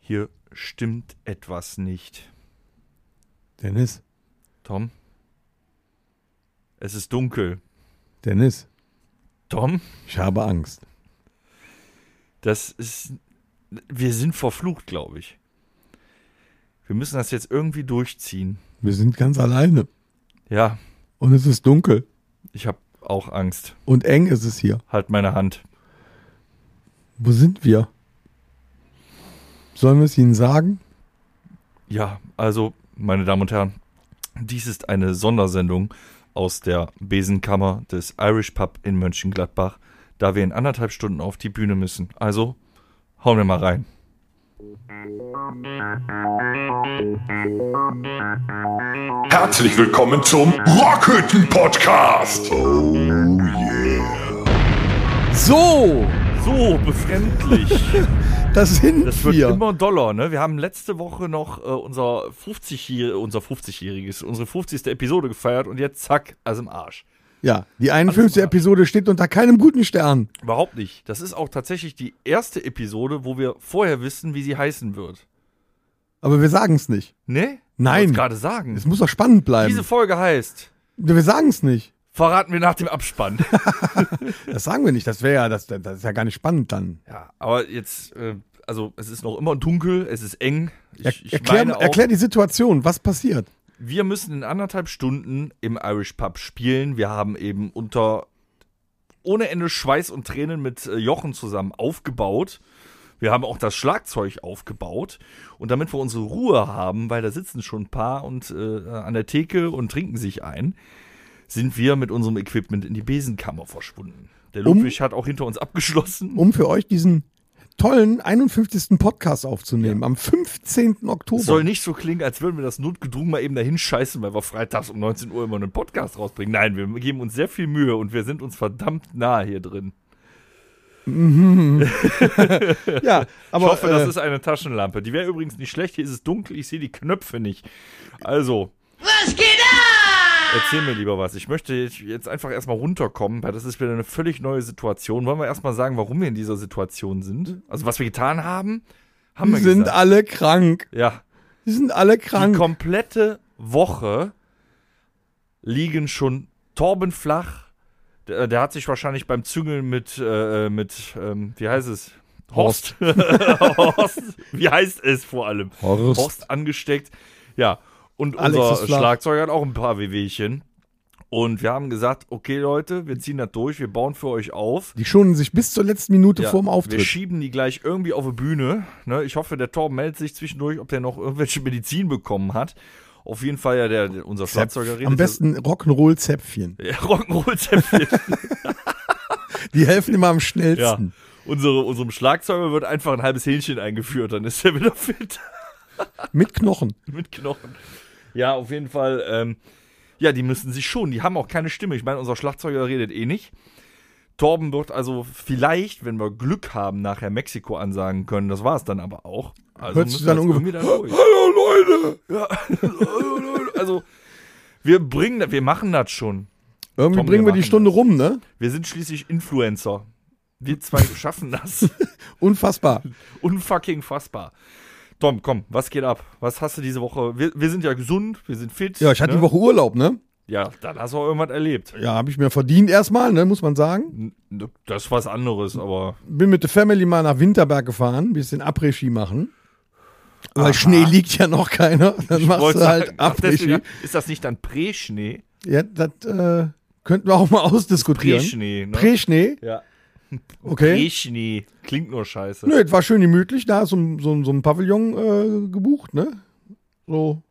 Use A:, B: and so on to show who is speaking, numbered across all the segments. A: Hier stimmt etwas nicht.
B: Dennis,
A: Tom? Es ist dunkel.
B: Dennis,
A: Tom?
B: ich habe Angst.
A: Das ist. Wir sind verflucht, glaube ich. Wir müssen das jetzt irgendwie durchziehen.
B: Wir sind ganz alleine
A: Ja,
B: und es ist dunkel
A: ich habe auch Angst.
B: und eng ist es hier.
A: Halt meine Hand.
B: Wo sind wir? Sollen wir es Ihnen sagen?
A: Ja, also, meine Damen und Herren, dies ist eine Sondersendung aus der Besenkammer des Irish Pub in Mönchengladbach, da wir in anderthalb Stunden auf die Bühne müssen. Also, hauen wir mal rein.
C: Herzlich willkommen zum Rockhütten Podcast.
B: So,
A: So befremdlich.
B: das sind
A: Das wird
B: wir.
A: immer doller, ne? Wir haben letzte Woche noch äh, unser 50 unser 50-jähriges, unsere 50. Episode gefeiert und jetzt zack, also im Arsch.
B: Ja, die 51. Episode steht unter keinem guten Stern.
A: Überhaupt nicht. Das ist auch tatsächlich die erste Episode, wo wir vorher wissen, wie sie heißen wird.
B: Aber wir sagen es nicht.
A: Ne?
B: Nein.
A: Ich wollte gerade sagen.
B: Es muss doch spannend
A: Hm. Diese
B: bleiben.
A: Folge heißt,
B: Wir sagen es nicht.
A: verraten wir nach dem Abspann.
B: Das sagen wir nicht. Das wäre ja, das, das ist ja gar nicht spannend dann.
A: ja, aber jetzt, äh, also es ist noch immer dunkel, es ist eng. Ich,
B: Er,
A: ich
B: erklär,
A: meine auch,
B: erklär die Situation. Was passiert?
A: Wir müssen in anderthalb Stunden im Irish Pub spielen. Wir haben eben unter ohne Ende Schweiß und Tränen mit äh, Jochen zusammen aufgebaut. Wir haben auch das Schlagzeug aufgebaut. Und damit wir unsere Ruhe haben, weil da sitzen schon ein paar und äh, an der Theke und trinken sich ein, sind wir mit unserem Equipment in die Besenkammer verschwunden. Der
B: Um-
A: Ludwig hat auch hinter uns abgeschlossen.
B: um für euch diesen tollen 51. Podcast aufzunehmen am 15. Oktober.
A: Es soll nicht so klingen, als würden wir das notgedrungen mal eben dahin scheißen, weil wir freitags um 19 Uhr immer einen Podcast rausbringen. Nein, wir geben uns sehr viel Mühe und wir sind uns verdammt nah hier drin.
B: ja, aber
A: ich hoffe,
B: äh,
A: das ist eine Taschenlampe. Die wäre übrigens nicht schlecht. Hier ist es dunkel, ich sehe die Knöpfe nicht. Also,
D: Was geht ab?
A: erzähl mir lieber was. Ich möchte jetzt einfach erstmal runterkommen, weil das ist wieder eine völlig neue Situation. Wollen wir erstmal sagen, warum wir in dieser Situation sind? Also, was wir getan haben? Haben
B: die sind
A: gesagt.
B: alle krank.
A: Ja.
B: Die sind alle
A: Die
B: krank.
A: komplette Woche liegen schon Torben flach. Der, äh, der hat sich wahrscheinlich beim Züngeln mit, äh, mit ähm, wie heißt es? Horst. Horst. Wie heißt es vor allem?
B: Horst.
A: Horst angesteckt. Ja, und
B: Alex
A: unser
B: ist flach.
A: Schlagzeuger hat auch ein paar WWchen. Und wir haben gesagt, okay Leute, wir ziehen das durch, wir bauen für euch auf.
B: Die schonen sich bis zur letzten Minute
A: Ja,
B: vorm
A: Wir
B: Auftritt.
A: schieben die gleich irgendwie auf die Bühne. Ne, ich hoffe, der Torben meldet sich zwischendurch, ob der noch irgendwelche Medizin bekommen hat. Auf jeden Fall ja der, der unser Schlagzeuger redet.
B: Am besten Rock'n'Roll-Zäpfchen.
A: ja, Rock'n'Roll
B: Die helfen immer am
A: ja.
B: schnellsten.
A: Unsere, unserem Schlagzeuger wird einfach ein halbes Hähnchen eingeführt, dann ist er wieder fit
B: Mit Knochen.
A: mit Knochen. Ja, auf jeden Fall. Ähm, ja, die müssen sich schon. Die haben auch keine Stimme. Ich meine, unser Schlagzeuger redet eh nicht. Torben wird also vielleicht, wenn wir Glück haben, nachher Mexiko ansagen können. Das war es dann aber auch. Also
B: Hört sich
A: müssen
B: dann
A: wir jetzt
B: ungefähr-
A: irgendwie da durch.
B: Hallo Leute!
A: also, wir bringen das, wir machen das schon.
B: Irgendwie
A: Tom,
B: bringen
A: wir
B: wir die
A: machen
B: Stunde rum, ne?
A: Wir sind schließlich Influencer. Wir zwei schaffen das.
B: Unfassbar.
A: Unfucking fassbar. Tom, komm, was geht ab? Was hast du diese Woche? Wir, wir sind ja gesund, wir sind fit.
B: Ja, ich hatte
A: ne?
B: die Woche Urlaub, ne?
A: Ja, dann hast du auch irgendwas erlebt.
B: Ja, habe ich mir verdient erstmal, ne, muss man sagen.
A: N- n- Das ist was anderes, aber.
B: bin mit der Family mal nach Winterberg gefahren, ein bisschen Après-Ski machen. Weil Schnee liegt ja noch keiner. Dann machst
A: Wollte
B: du halt
A: sagen, ach,
B: Après-Ski.
A: deswegen- Ist das nicht dann Prä-Schnee?
B: Ja, das äh, könnten wir auch mal ausdiskutieren.
A: Prä-Schnee, ne?
B: Prä-Schnee,
A: ja.
B: okay.
A: Prä-Schnee. Klingt nur scheiße.
B: Nö, es war schön gemütlich. Da ist so, ein- so, ein- so ein Pavillon äh, gebucht, ne? So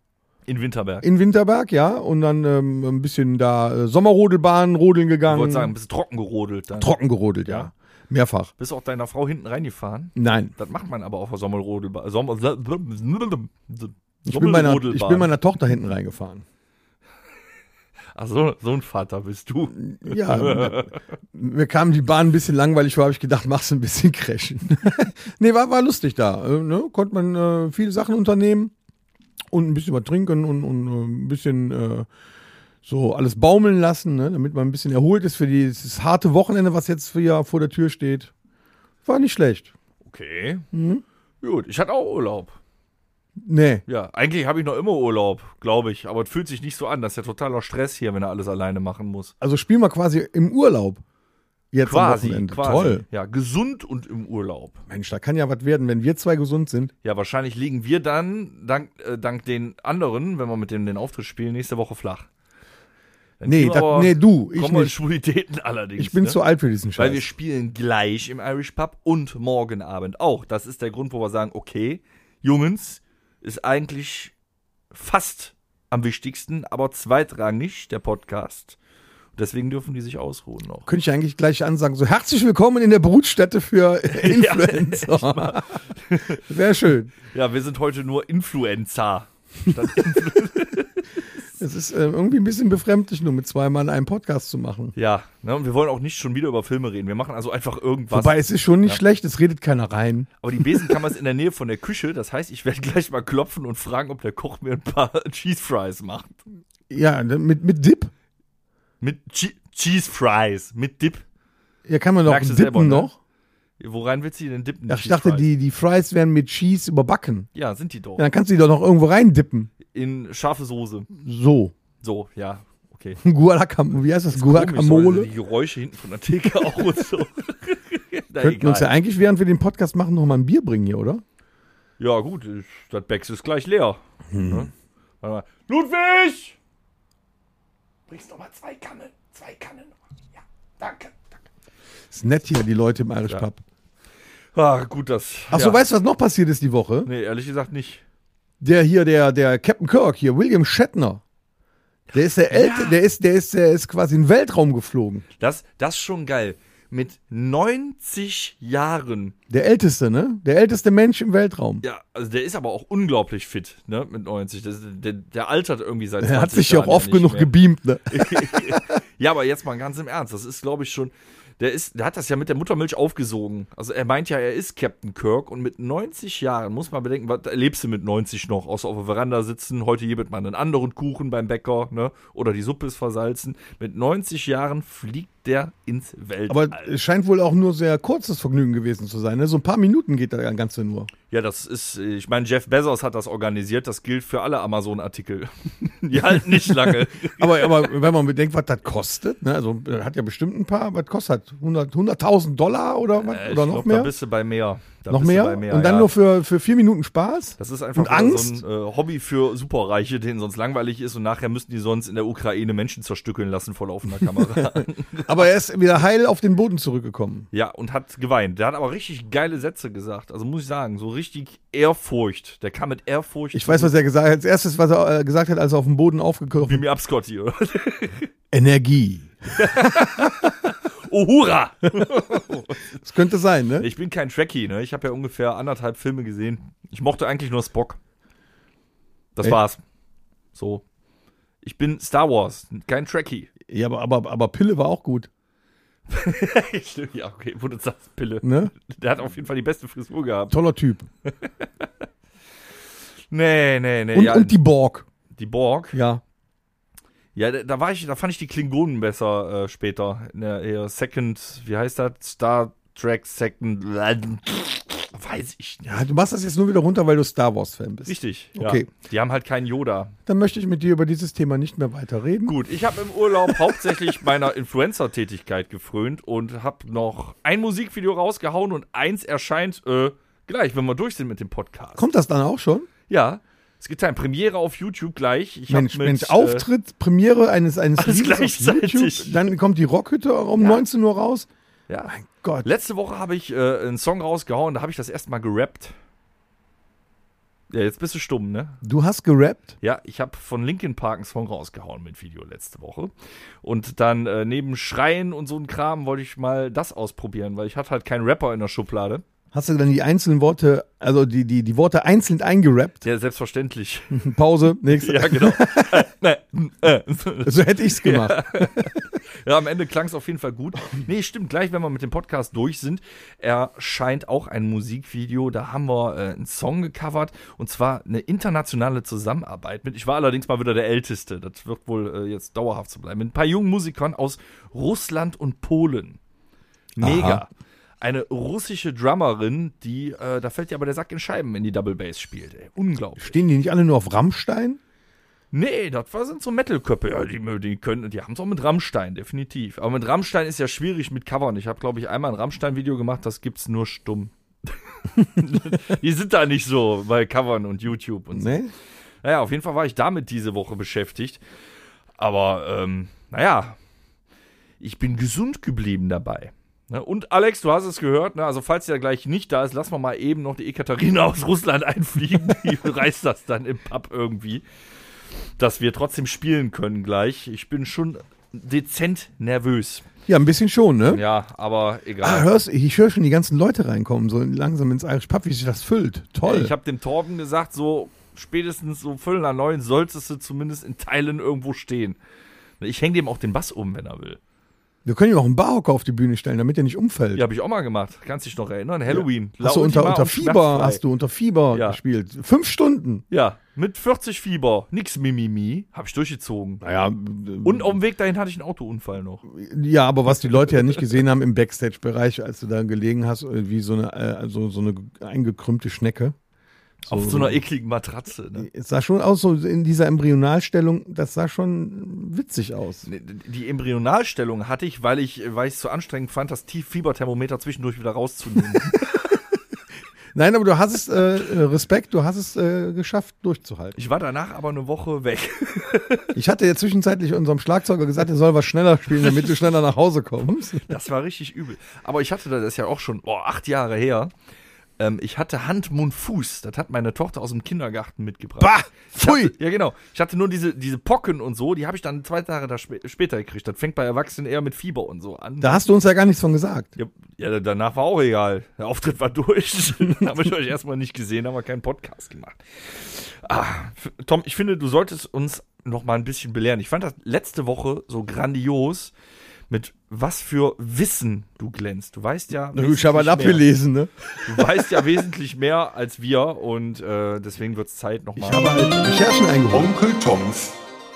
A: In Winterberg.
B: in Winterberg, ja. Und dann ähm, ein bisschen da äh, Sommerrodelbahn rodeln
A: ich
B: gegangen.
A: wollte sagen, bist trocken gerodelt dann.
B: Trocken gerodelt, ja.
A: Ja.
B: Mehrfach.
A: Bist auch deiner Frau hinten reingefahren?
B: Nein.
A: Das macht man aber auf der Sommerrodelbahn. Sommer
B: Ich bin, meiner, ich bin
A: Sommerrodelbahn.
B: meiner Tochter hinten reingefahren.
A: Ach, so, so ein Vater bist du.
B: Ja, mir- mir kam die Bahn ein bisschen langweilig vor, habe ich gedacht, machst du ein bisschen crashen. nee, war, war lustig da. Äh, ne? Konnte man äh, viele Sachen unternehmen und ein bisschen was trinken und, und äh, ein bisschen äh, so alles baumeln lassen, ne? damit man ein bisschen erholt ist für dieses harte Wochenende, was jetzt für, ja vor der Tür steht. War nicht schlecht.
A: Okay. Gut, ich hatte auch Urlaub.
B: Nee.
A: Ja, eigentlich habe ich noch immer Urlaub, glaube ich. Aber es fühlt sich nicht so an. Das ist ja totaler Stress hier, wenn er alles alleine machen muss.
B: Also spielen wir quasi im Urlaub. Jetzt am Wochenende. Toll.
A: Ja, gesund und im Urlaub.
B: Mensch, da kann ja was werden, wenn wir zwei gesund sind.
A: Ja, wahrscheinlich liegen wir dann, dank, äh, dank den anderen, wenn wir mit denen den Auftritt spielen, nächste Woche flach. Dann
B: Nee,
A: kriegen wir
B: das-
A: aber
B: nee, du, ich nicht.
A: Kommenschwulitäten allerdings.
B: Ich bin
A: ne?
B: zu alt für diesen
A: Weil wir
B: Scheiß.
A: spielen gleich im Irish Pub und morgen Abend auch. Das ist der Grund, wo wir sagen, okay, Jungens ist eigentlich fast am wichtigsten, aber zweitrangig der Podcast. Deswegen dürfen die sich ausruhen noch.
B: Könnte ich eigentlich gleich ansagen, so herzlich willkommen in der Brutstätte für Influencer. Sehr schön.
A: Ja, wir sind heute nur Influencer.
B: Es ist äh, irgendwie ein bisschen befremdlich, nur mit zwei Mann einen Podcast zu machen.
A: Ja, ne, und wir wollen auch nicht schon wieder über Filme reden. Wir machen also einfach irgendwas.
B: Wobei es ist schon nicht schlecht, es redet keiner rein.
A: Aber die Besenkammer ist in der Nähe von der Küche. Das heißt, ich werde gleich mal klopfen und fragen, ob der Koch mir ein paar Cheese Fries macht.
B: Ja, ne, mit, mit Dip.
A: Mit Che Cheese Fries, mit Dip.
B: Ja, kann man doch
A: Merkst du
B: dippen
A: selber, ne?
B: noch.
A: Woran willst du die denn dippen? die
B: Ach, ich
A: Cheese
B: dachte,
A: Fries?
B: die, die Fries werden mit Cheese überbacken.
A: Ja, sind die doch.
B: Ja, dann kannst du die doch noch irgendwo reindippen.
A: In scharfe Soße.
B: So. so.
A: So, ja, okay.
B: Guacamole, wie heißt das?
A: Komisch, also
B: Guacamole.
A: die Geräusche hinten von der Theke auch und so. Na,
B: Könnten uns ja
A: egal.
B: eigentlich, während wir den Podcast machen, noch mal ein Bier bringen hier, oder?
A: ja, gut, ich, das Becks ist gleich leer.
B: Hm.
A: Ne? Warte mal. Ludwig! Bringst doch mal zwei Kannen. Zwei Kannen. Ja, danke. danke.
B: Ist nett hier, die Leute im Irish
A: Ja.
B: Pub.
A: Ah, gut, das.
B: Ach so,
A: ja.
B: weißt du, was noch passiert ist die Woche?
A: Nee, ehrlich gesagt nicht.
B: Der hier, der, der Captain Kirk hier, William Shatner. Der ist der Älte, der ist, der ist, der ist quasi in den Weltraum geflogen.
A: Das, das ist schon geil. Mit 90 Jahren.
B: Der Älteste, ne? Der älteste Mensch im Weltraum.
A: Ja, also der ist aber auch unglaublich fit, ne, mit 90. Das, der, der altert irgendwie seit
B: Der hat
A: 20
B: sich ja auch
A: Jahren
B: oft
A: nicht
B: genug
A: mehr.
B: gebeamt, ne?
A: ja, aber jetzt mal ganz im Ernst. Das ist, glaube ich, schon. Der, ist, der hat das ja mit der Muttermilch aufgesogen. Also er meint ja, er ist Captain Kirk und mit 90 Jahren muss man bedenken, was erlebst du mit 90 noch? Außer auf der Veranda sitzen, heute hier wird man einen anderen Kuchen beim Bäcker, ne? Oder die Suppe ist versalzen. Mit 90 Jahren fliegt der ins Weltall.
B: Aber es scheint wohl auch nur sehr kurzes Vergnügen gewesen zu sein. Ne? So ein paar Minuten geht das Ganze nur.
A: ja, das ist, äh, ich meine, Jeff Bezos hat das organisiert, das gilt für alle Amazon-Artikel. die halten nicht lange.
B: Aber, aber wenn man bedenkt, was das kostet, ne? also äh, hat ja bestimmt ein paar, was kostet das? 100 100.000 Dollar oder, was?
A: Äh,
B: oder
A: ich
B: noch
A: glaub, Da
B: mehr?
A: bist du bei mehr. Da
B: noch
A: bist du
B: mehr?
A: Bei mehr
B: Und dann
A: ja.
B: nur für, für vier Minuten Spaß?
A: Das ist einfach
B: Und
A: wieder
B: Angst?
A: so ein äh, Hobby für Superreiche, denen sonst langweilig ist und nachher müssten die sonst in der Ukraine Menschen zerstückeln lassen vor laufender Kamera.
B: Aber er ist wieder heil auf den Boden zurückgekommen.
A: ja, und hat geweint. Der hat aber richtig geile Sätze gesagt. Also muss ich sagen, so richtig Ehrfurcht. Der kam mit Ehrfurcht.
B: Ich weiß, was er gesagt hat. Als erstes, was er äh, gesagt hat, als er auf dem Boden aufgekocht
A: Beam
B: ist.
A: me up, Scotty.
B: Energie.
A: oh, hurra!
B: Das könnte sein, ne?
A: Ich bin kein Trekkie, ne? Ich habe ja ungefähr anderthalb Filme gesehen. Ich mochte eigentlich nur Spock. Das
B: Echt?
A: war's. So. Ich bin Star Wars, kein Trekkie.
B: Ja, aber, aber, aber Pille war auch gut,
A: Stimmt, ja, okay, wo du sagst, Pille.
B: ne?
A: Der hat auf jeden Fall die beste Frisur gehabt.
B: Toller Typ.
A: Nee, nee, nee.
B: Und,
A: ja,
B: und die Borg.
A: die Borg.
B: Ja.
A: Ja, da, da war ich, da fand ich die Klingonen besser äh, später. In der, eher Second, wie heißt das? Star Trek Second. Weiß ich nicht.
B: ja. Du machst das jetzt nur wieder runter, weil du Star Wars-Fan bist.
A: Richtig. Ja.
B: Okay.
A: Die haben halt keinen Yoda.
B: Dann möchte ich mit dir über dieses Thema nicht mehr weiter reden.
A: Gut, ich habe im Urlaub hauptsächlich meiner Influencer-Tätigkeit gefrönt und habe noch ein Musikvideo rausgehauen und eins erscheint äh, gleich, wenn wir durch sind mit dem Podcast.
B: Kommt das dann auch schon?
A: Ja, es gibt eine Premiere auf YouTube gleich. Ich hab
B: Mensch,
A: mit,
B: Mensch,
A: äh,
B: Auftritt, Premiere eines, eines
A: alles
B: Liedes auf
A: gleichzeitig.
B: YouTube, dann kommt die Rockhütte um 19 Uhr raus.
A: ja.
B: Mein Gott.
A: Letzte Woche habe ich äh, einen Song rausgehauen, da habe ich das erstmal gerappt. Ja, jetzt bist du stumm, ne?
B: Du hast gerappt?
A: Ja, ich habe von Linkin Park einen Song rausgehauen mit Video letzte Woche. Und dann äh, neben Schreien und so ein Kram wollte ich mal das ausprobieren, weil ich hatte halt keinen Rapper in der Schublade.
B: Hast du dann die einzelnen Worte, also die, die, die Worte einzeln eingerappt?
A: Ja, selbstverständlich.
B: Pause, nächste.
A: ja, genau.
B: So hätte ich's gemacht.
A: Ja, am Ende klang es auf jeden Fall gut. Nee, stimmt, gleich, wenn wir mit dem Podcast durch sind, erscheint auch ein Musikvideo. Da haben wir äh, einen Song gecovert und zwar eine internationale Zusammenarbeit mit. Ich war allerdings mal wieder der Älteste. Das wird wohl äh, jetzt dauerhaft so bleiben. Mit ein paar jungen Musikern aus Russland und Polen. Mega.
B: Aha.
A: eine russische Drummerin, die, äh, da fällt ja aber der Sack in Scheiben, wenn die Double Bass spielt. Ey. Unglaublich.
B: Stehen die nicht alle nur auf Rammstein?
A: Nee, das war- sind so Metal-Köppe. Ja, die, die können, die haben es auch mit Rammstein, definitiv. Aber mit Rammstein ist ja schwierig mit Covern. Ich habe, glaube ich, einmal ein Rammstein-Video gemacht, das gibt's nur stumm. die sind da nicht so bei Covern und YouTube und so.
B: Nee?
A: Naja, auf jeden Fall war ich damit diese Woche beschäftigt. Aber, ähm, naja, ich bin gesund geblieben dabei. Ne? Und Alex, du hast es gehört, ne? also falls der gleich nicht da ist, lassen wir mal eben noch die Ekaterina aus Russland einfliegen. Die reißt das dann im Pub irgendwie. Dass wir trotzdem spielen können gleich. Ich bin schon dezent nervös.
B: Ja, ein bisschen schon, ne?
A: Ja, aber
B: Ah,
A: egal.
B: hörst, ich höre schon die ganzen Leute reinkommen, so langsam ins Irish Pub, wie sich das füllt. Toll.
A: ich habe dem Torben gesagt, so spätestens so Viertel nach neun solltest du zumindest in Teilen irgendwo stehen. Ich hänge dem auch den Bass um, wenn er will.
B: Wir können ihm auch einen Barhocker auf die Bühne stellen, damit er nicht umfällt.
A: Ja, habe ich auch mal gemacht. Kannst dich noch erinnern? Halloween.
B: Hast du unter,
A: Laudima
B: unter
A: und
B: Fieber,
A: schmerzfrei.
B: hast du unter Fieber
A: Ja.
B: gespielt. Fünf Stunden.
A: Ja, mit 40 Fieber, nix Mimimi, habe ich durchgezogen.
B: Naja,
A: Und auf dem Weg dahin hatte ich einen Autounfall noch.
B: äh, ja, aber was die Leute ja nicht gesehen haben im Backstage-Bereich, als du da gelegen hast, äh, wie so eine, äh, so, so eine eingekrümmte Schnecke.
A: Auf so einer ekligen Matratze. Ne?
B: Es sah schon aus, so in dieser Embryonalstellung, das sah schon witzig aus.
A: Die Embryonalstellung hatte ich, weil ich weil ich es zu anstrengend fand, das Tieffieberthermometer zwischendurch wieder rauszunehmen.
B: Nein, aber du hast es, äh, äh, Respekt, du hast es äh, geschafft, durchzuhalten.
A: ich war danach aber eine Woche weg.
B: Ich hatte ja zwischenzeitlich unserem Schlagzeuger gesagt, er soll was schneller spielen, damit du schneller nach Hause kommst.
A: Das war richtig übel. Aber ich hatte da- das ist ja auch schon boah, acht Jahre her. Ähm, ich hatte Hand, Mund, Fuß. Das hat meine Tochter aus dem Kindergarten mitgebracht.
B: Bah!
A: Ich
B: Pfui!
A: Hatte, ja, genau. Ich hatte nur diese, diese Pocken und so, die habe ich dann zwei Tage da spä- später gekriegt. Das fängt bei Erwachsenen eher mit Fieber und so an.
B: Da hast du uns ja gar nichts von gesagt.
A: ja, ja, danach war auch egal. Der Auftritt war durch. dann habe ich euch erstmal nicht gesehen, haben wir keinen Podcast gemacht. Ah, f- Tom, ich finde, du solltest uns noch mal ein bisschen belehren. Ich fand das letzte Woche so grandios, mit was für Wissen du glänzt. Du weißt ja.
B: Na gut, ich habe halt
A: wesentlich mehr.
B: abgelesen, ne?
A: Du weißt ja wesentlich mehr als wir und äh, deswegen wird es Zeit, noch
B: Ich
A: mal.
B: habe halt Recherchen eingeholt.
C: Onkel Toms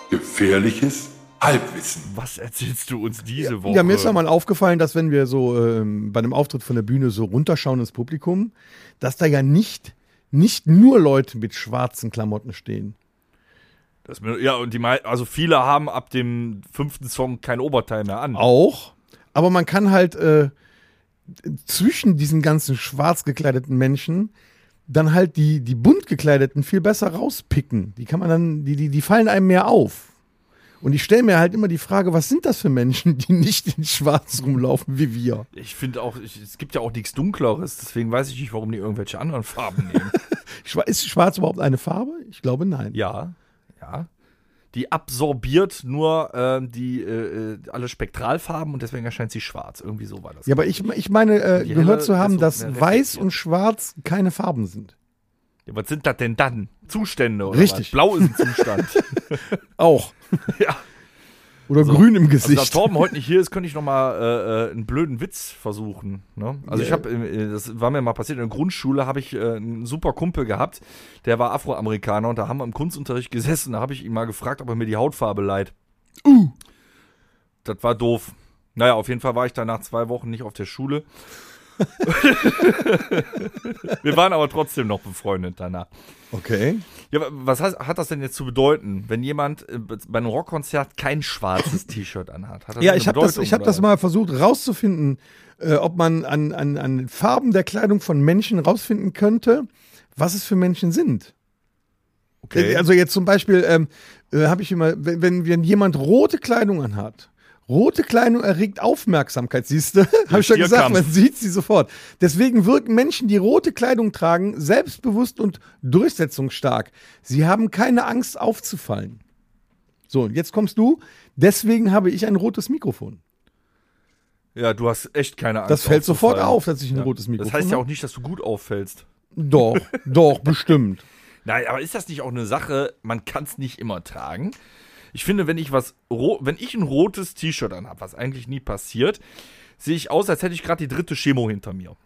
C: gefährliches Halbwissen.
A: Was erzählst du uns diese Woche?
B: Ja, mir ist ja mal aufgefallen, dass wenn wir so ähm, bei einem Auftritt von der Bühne so runterschauen ins Publikum, dass da ja nicht, nicht nur Leute mit schwarzen Klamotten stehen.
A: Das, mir- ja, und die mei- also viele haben ab dem fünften Song kein Oberteil mehr an.
B: Auch. Aber man kann halt äh, zwischen diesen ganzen schwarz gekleideten Menschen dann halt die, die bunt gekleideten viel besser rauspicken. Die kann man dann, die, die, die fallen einem mehr auf. Und ich stelle mir halt immer die Frage, was sind das für Menschen, die nicht in Schwarz rumlaufen wie wir?
A: Ich finde auch, ich, es gibt ja auch nichts Dunkleres, deswegen weiß ich nicht, warum die irgendwelche anderen Farben nehmen.
B: Schwa- Ist Schwarz überhaupt eine Farbe? Ich glaube nein.
A: ja, ja. Die absorbiert nur ähm, die, äh, äh, alle Spektralfarben und deswegen erscheint sie schwarz. Irgendwie so war das.
B: Ja, aber ich, ich meine, äh,
A: Die
B: gehört
A: helle
B: zu haben,
A: ist so
B: dass
A: mehr
B: Weiß
A: reflektiert.
B: und Schwarz keine Farben sind.
A: Ja, was sind das denn dann? Zustände oder
B: Richtig.
A: Was? Blau ist ein Zustand.
B: Auch.
A: ja.
B: Oder grün im
A: Also, da
B: Gesicht.
A: Torben heute nicht hier ist, könnte ich noch mal äh, äh, einen blöden Witz versuchen. Ne? Also ich
B: Ja.
A: habe, äh, das war mir mal passiert, in der Grundschule habe ich äh, einen super Kumpel gehabt, der war Afroamerikaner und da haben wir im Kunstunterricht gesessen, da habe ich ihn mal gefragt, ob er mir die Hautfarbe leiht. Uh. Das war doof. Naja, auf jeden Fall war ich danach zwei Wochen nicht auf der Schule. wir waren aber trotzdem noch befreundet danach.
B: okay.
A: Ja, wa- was heißt, hat das denn jetzt zu bedeuten, wenn jemand äh, be- bei einem Rockkonzert kein schwarzes T-Shirt anhat? Hat das
B: Ja,
A: eine
B: ich habe das,
A: Bedeutung,
B: ich hab
A: oder
B: das
A: was?
B: mal versucht rauszufinden, äh, ob man an, an, an Farben der Kleidung von Menschen rausfinden könnte, was es für Menschen sind.
A: Okay.
B: Äh, Also jetzt zum Beispiel ähm, äh, habe ich immer, wenn, wenn, wenn jemand rote Kleidung anhat, rote Kleidung erregt Aufmerksamkeit, siehst du? habe ich schon gesagt,
A: Tierkampf.
B: man sieht sie sofort. Deswegen wirken Menschen, die rote Kleidung tragen, selbstbewusst und durchsetzungsstark. Sie haben keine Angst aufzufallen. So, und jetzt kommst du. Deswegen habe ich ein rotes Mikrofon.
A: ja, du hast echt keine Angst.
B: Das fällt sofort
A: aufzufallen.
B: auf, dass ich ein rotes Mikrofon
A: Das heißt ja
B: habe.
A: auch nicht, dass du gut auffällst.
B: Doch, doch, bestimmt.
A: Nein, aber ist das nicht auch eine Sache, man kann es nicht immer tragen? Ich finde, wenn ich was, ro- wenn ich ein rotes T-Shirt anhab, was eigentlich nie passiert, sehe ich aus, als hätte ich gerade die dritte Chemo hinter mir.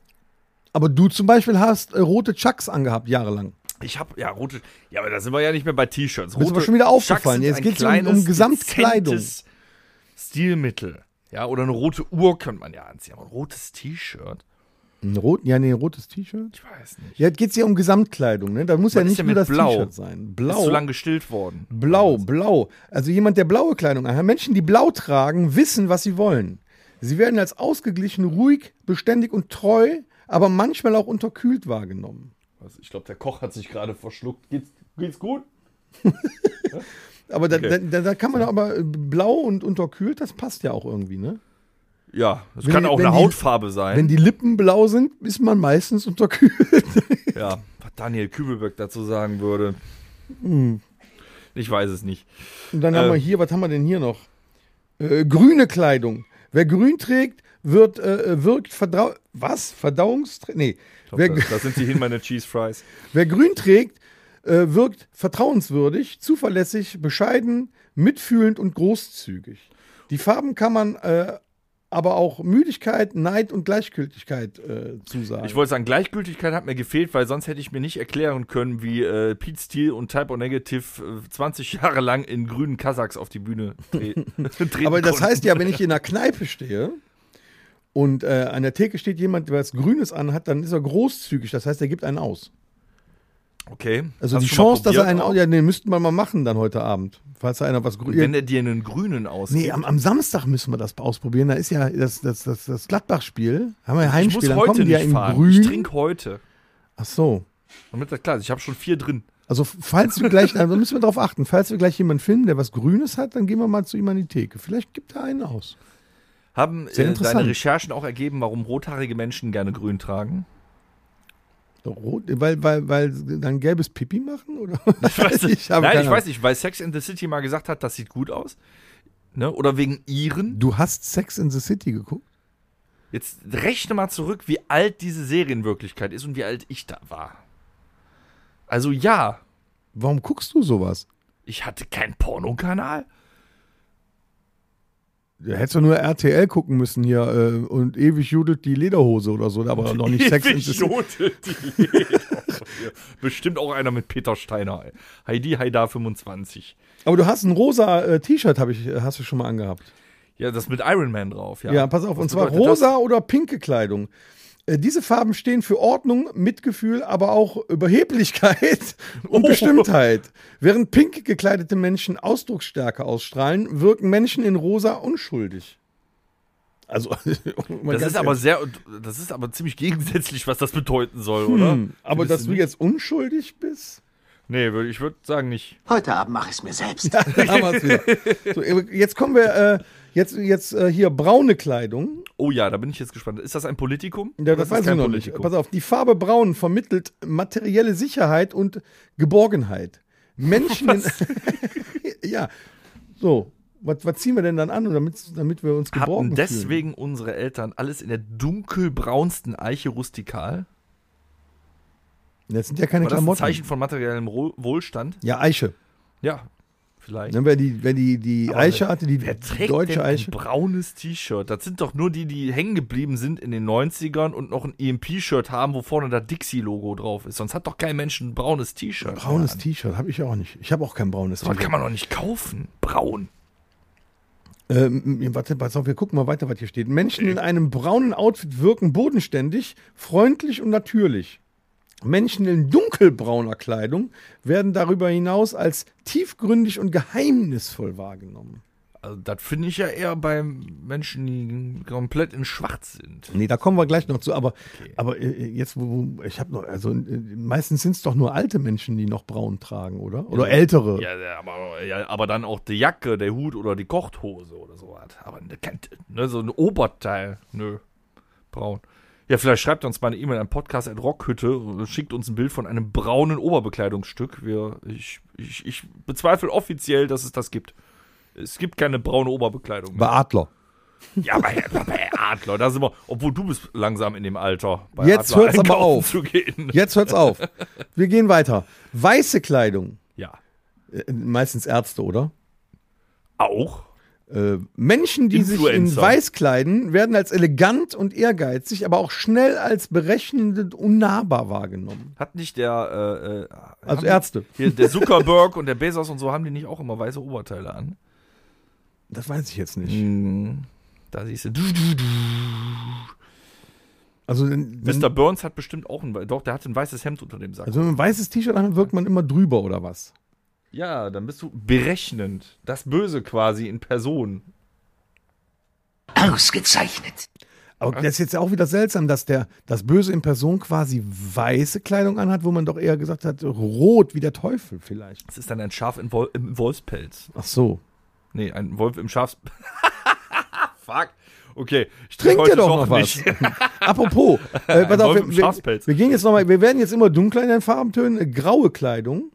B: Aber du zum Beispiel hast äh, rote Chucks angehabt, jahrelang.
A: Ich habe ja rote. Ja, aber da sind wir ja nicht mehr bei T-Shirts.
B: Bist
A: Rote
B: aber schon wieder aufgefallen.
A: Chucks sind
B: Jetzt geht's
A: ein
B: um- um
A: kleines,
B: Gesamtkleidung.
A: dezentes Stilmittel. Ja, oder eine rote Uhr könnte man ja anziehen. Aber ein rotes T-Shirt.
B: Ein rot, ja, nee, ein rotes T-Shirt.
A: Ich weiß nicht.
B: Ja, geht es hier um Gesamtkleidung, ne? Da
A: Was
B: muss ja
A: ist
B: nicht
A: denn
B: nur
A: mit
B: das
A: Blau?
B: T-Shirt sein.
A: Ist zu
B: Blau,
A: lang gestillt worden.
B: blau, blau. Also jemand, der blaue Kleidung anhat. Menschen, die blau tragen, wissen, was sie wollen. Sie werden als ausgeglichen, ruhig, beständig und treu, aber manchmal auch unterkühlt wahrgenommen.
A: Also ich glaube, der Koch hat sich gerade verschluckt. Geht's, geht's gut?
B: Aber da,
A: Okay.
B: da, da, da kann man doch aber äh, blau und unterkühlt, das passt ja auch irgendwie, ne?
A: Ja, es
B: Wenn
A: kann
B: die-
A: auch
B: wenn
A: eine
B: die-
A: Hautfarbe
B: Wenn
A: sein.
B: die Lippen blau sind, ist man meistens unterkühlt.
A: Ja, was Daniel Kübelböck dazu sagen würde.
B: Hm.
A: Ich weiß es nicht.
B: Und dann
A: Ähm.
B: haben wir hier, was haben wir denn hier noch? Äh, grüne Kleidung. Wer grün trägt, wird, äh, wirkt Verdau was? Verdauungstra nee.
A: Ich glaub,
B: Wer,
A: das, das sind die hin meine Cheese Fries.
B: wer grün trägt, äh, wirkt vertrauenswürdig, zuverlässig, bescheiden, mitfühlend und großzügig. Die Farben kann man äh, aber auch Müdigkeit, Neid und Gleichgültigkeit äh, zusagen.
A: Ich wollte sagen, Gleichgültigkeit hat mir gefehlt, weil sonst hätte ich mir nicht erklären können, wie äh, Pete Steele und Type O Negative äh, 20 Jahre lang in grünen Kasachs auf die Bühne tre treten.
B: Aber das
A: konnten.
B: heißt ja, wenn ich in einer Kneipe stehe und äh, an der Theke steht jemand, der was Grünes anhat, dann ist er großzügig. Das heißt, er gibt einen aus.
A: okay.
B: Also
A: Hast
B: die
A: du schon mal
B: Chance, dass er
A: probiert
B: einen
A: auch?
B: aus. Ja, den müssten wir mal machen dann heute Abend. Falls da einer was
A: Und Wenn
B: Grünes.
A: er dir einen grünen ausgibt.
B: Nee, am, am Samstag müssen wir das ausprobieren. Da ist ja das, das, das, das Gladbach-Spiel. Haben wir ein
A: ich
B: Heimspiel.
A: muss
B: dann
A: heute
B: kommen die
A: nicht
B: ja in
A: fahren. Ich
B: Grün.
A: trinke heute.
B: Ach so.
A: Damit das klar ist, ich habe schon vier drin.
B: Also falls wir gleich, also müssen wir drauf achten. Falls wir gleich jemanden filmen, der was Grünes hat, dann gehen wir mal zu ihm an die Theke. Vielleicht gibt er einen aus.
A: Haben
B: Sehr
A: äh,
B: interessant.
A: deine Recherchen auch ergeben, warum rothaarige Menschen gerne grün tragen?
B: Rot, weil, weil, weil dann gelbes Pipi machen oder?
A: Ich weiß nicht.
B: habe
A: Nein,
B: keine
A: ich
B: Ahnung.
A: weiß nicht, weil Sex in the City mal gesagt hat, das sieht gut aus. Ne? Oder wegen Iren.
B: Du hast Sex in the City geguckt?
A: Jetzt rechne mal zurück, wie alt diese Serienwirklichkeit ist und wie alt ich da war. Also ja,
B: Warum guckst du sowas?
A: ich hatte keinen Pornokanal.
B: Da hättest du nur RTL gucken müssen hier äh, und ewig judelt die Lederhose oder so, aber noch nicht Sex in the City.
A: Idiote, die Leder. Bestimmt auch einer mit Peter Steiner. ey. Heidi Haidar 25.
B: Aber du hast ein rosa äh, T-Shirt, habe ich, hast du schon mal angehabt.
A: Ja, das mit Iron Man drauf, ja.
B: Ja, pass auf,
A: Was
B: und zwar
A: bedeutet das?
B: rosa oder pinke Kleidung. Äh, Diese Farben stehen für Ordnung, Mitgefühl, aber auch Überheblichkeit und
A: Oh.
B: Bestimmtheit. Während pink gekleidete Menschen Ausdrucksstärke ausstrahlen, wirken Menschen in rosa unschuldig. Also, um mal
A: Das
B: ganz
A: ist aber
B: ehrlich-
A: sehr, das ist aber ziemlich gegensätzlich, was das bedeuten soll, oder?
B: Hm, aber dass du jetzt unschuldig bist?
A: Nee, würd- ich würde sagen nicht.
E: Heute Abend mache ich es mir selbst.
B: Da haben wir's wieder. So, jetzt kommen wir äh, jetzt, jetzt äh, hier braune Kleidung.
A: Oh ja, da bin ich jetzt gespannt. Ist das ein Politikum?
B: Ja,
A: Oder
B: das
A: ist
B: weiß ich
A: kein
B: noch nicht.
A: Politikum?
B: Pass auf, die Farbe Braun vermittelt materielle Sicherheit und Geborgenheit. Menschen in, Ja, so. Was, was ziehen wir denn dann an, damit, damit wir uns geborgen
A: Hatten
B: fühlen?
A: deswegen unsere Eltern alles in der dunkelbraunsten Eiche rustikal?
B: Das sind ja keine
A: War das ein
B: Klamotten.
A: Zeichen von materiellem Ro- Wohlstand?
B: ja, Eiche.
A: Ja, vielleicht.
B: Ne, wer die, wer die, die
A: Aber
B: Eiche
A: wer-
B: hatte, die
A: Wer trägt
B: deutsche
A: denn
B: Eiche.
A: ein braunes T-Shirt? Das sind doch nur die, die hängen geblieben sind in den 90ern und noch ein EMP-Shirt haben, wo vorne das Dixie-Logo drauf ist. Sonst hat doch kein Mensch ein braunes T-Shirt.
B: Braunes T-Shirt habe ich auch nicht. Ich habe auch kein braunes
A: Das kann
B: T-Shirt.
A: man doch nicht kaufen. Braun.
B: Ähm, warte, pass auf, wir gucken mal weiter, was hier steht. Menschen in einem braunen Outfit wirken bodenständig, freundlich und natürlich. Menschen in dunkelbrauner Kleidung werden darüber hinaus als tiefgründig und geheimnisvoll wahrgenommen.
A: Also, das finde ich ja eher bei Menschen, die komplett in Schwarz sind.
B: Nee, da kommen wir gleich noch zu, aber, aber äh, jetzt, wo, wo ich habe noch, also äh, meistens sind es doch nur alte Menschen, die noch braun tragen, oder? Oder ältere.
A: Ja, ja, aber, ja, aber dann auch die Jacke, der Hut oder die Kochthose oder sowas. Aber ne, kein- ne, so ein Oberteil, nö, braun. Ja, vielleicht schreibt uns mal eine E-Mail an podcast.rockhütte und schickt uns ein Bild von einem braunen Oberbekleidungsstück. Wir, ich, ich, ich bezweifle offiziell, dass es das gibt. Es gibt keine braune Oberbekleidung.
B: Bei Adler.
A: Ja, bei, bei Adler, da sind wir. Obwohl du bist langsam in dem Alter. Bei
B: Jetzt
A: Adler
B: hört's aber
A: einkaufen
B: auf.
A: Zu gehen.
B: Jetzt hört's auf. Wir gehen weiter. Weiße Kleidung.
A: Ja.
B: Äh, Meistens Ärzte, oder?
A: Auch.
B: Äh, Menschen, die sich in
A: Influencer.
B: Weiß kleiden, werden als elegant und ehrgeizig, aber auch schnell als berechnend und unnahbar wahrgenommen.
A: Hat nicht der. Äh, äh, haben die-
B: Also Ärzte.
A: Hier, der Zuckerberg und der Bezos und so haben die nicht auch immer weiße Oberteile an.
B: Das weiß ich jetzt nicht.
A: Da siehst du. Du, du, du.
B: Also, wenn, wenn-
A: Mr. Burns hat bestimmt auch ein, wei- doch, der hat ein weißes Hemd unter dem Sack.
B: also wenn man ein weißes T-Shirt anhat, wirkt man immer drüber oder was?
A: Ja, dann bist du berechnend. Das Böse quasi in Person.
D: Ausgezeichnet.
B: Aber das ist jetzt auch wieder seltsam, dass der das Böse in Person quasi weiße Kleidung anhat, wo man doch eher gesagt hat, rot wie der Teufel vielleicht.
A: Es ist dann ein Schaf in Wol im Wolfspelz.
B: Ach so.
A: Nee, ein Wolf im Schafs. Fuck. Okay, ich trinke
B: Trinkt
A: heute
B: ihr doch noch was. Apropos, äh, pass
A: Ein
B: auf,
A: Wolf
B: wir,
A: im
B: wir,
A: Schafspelz.
B: wir gehen jetzt nochmal, wir werden jetzt immer dunkler in den Farbentönen, äh, graue Kleidung.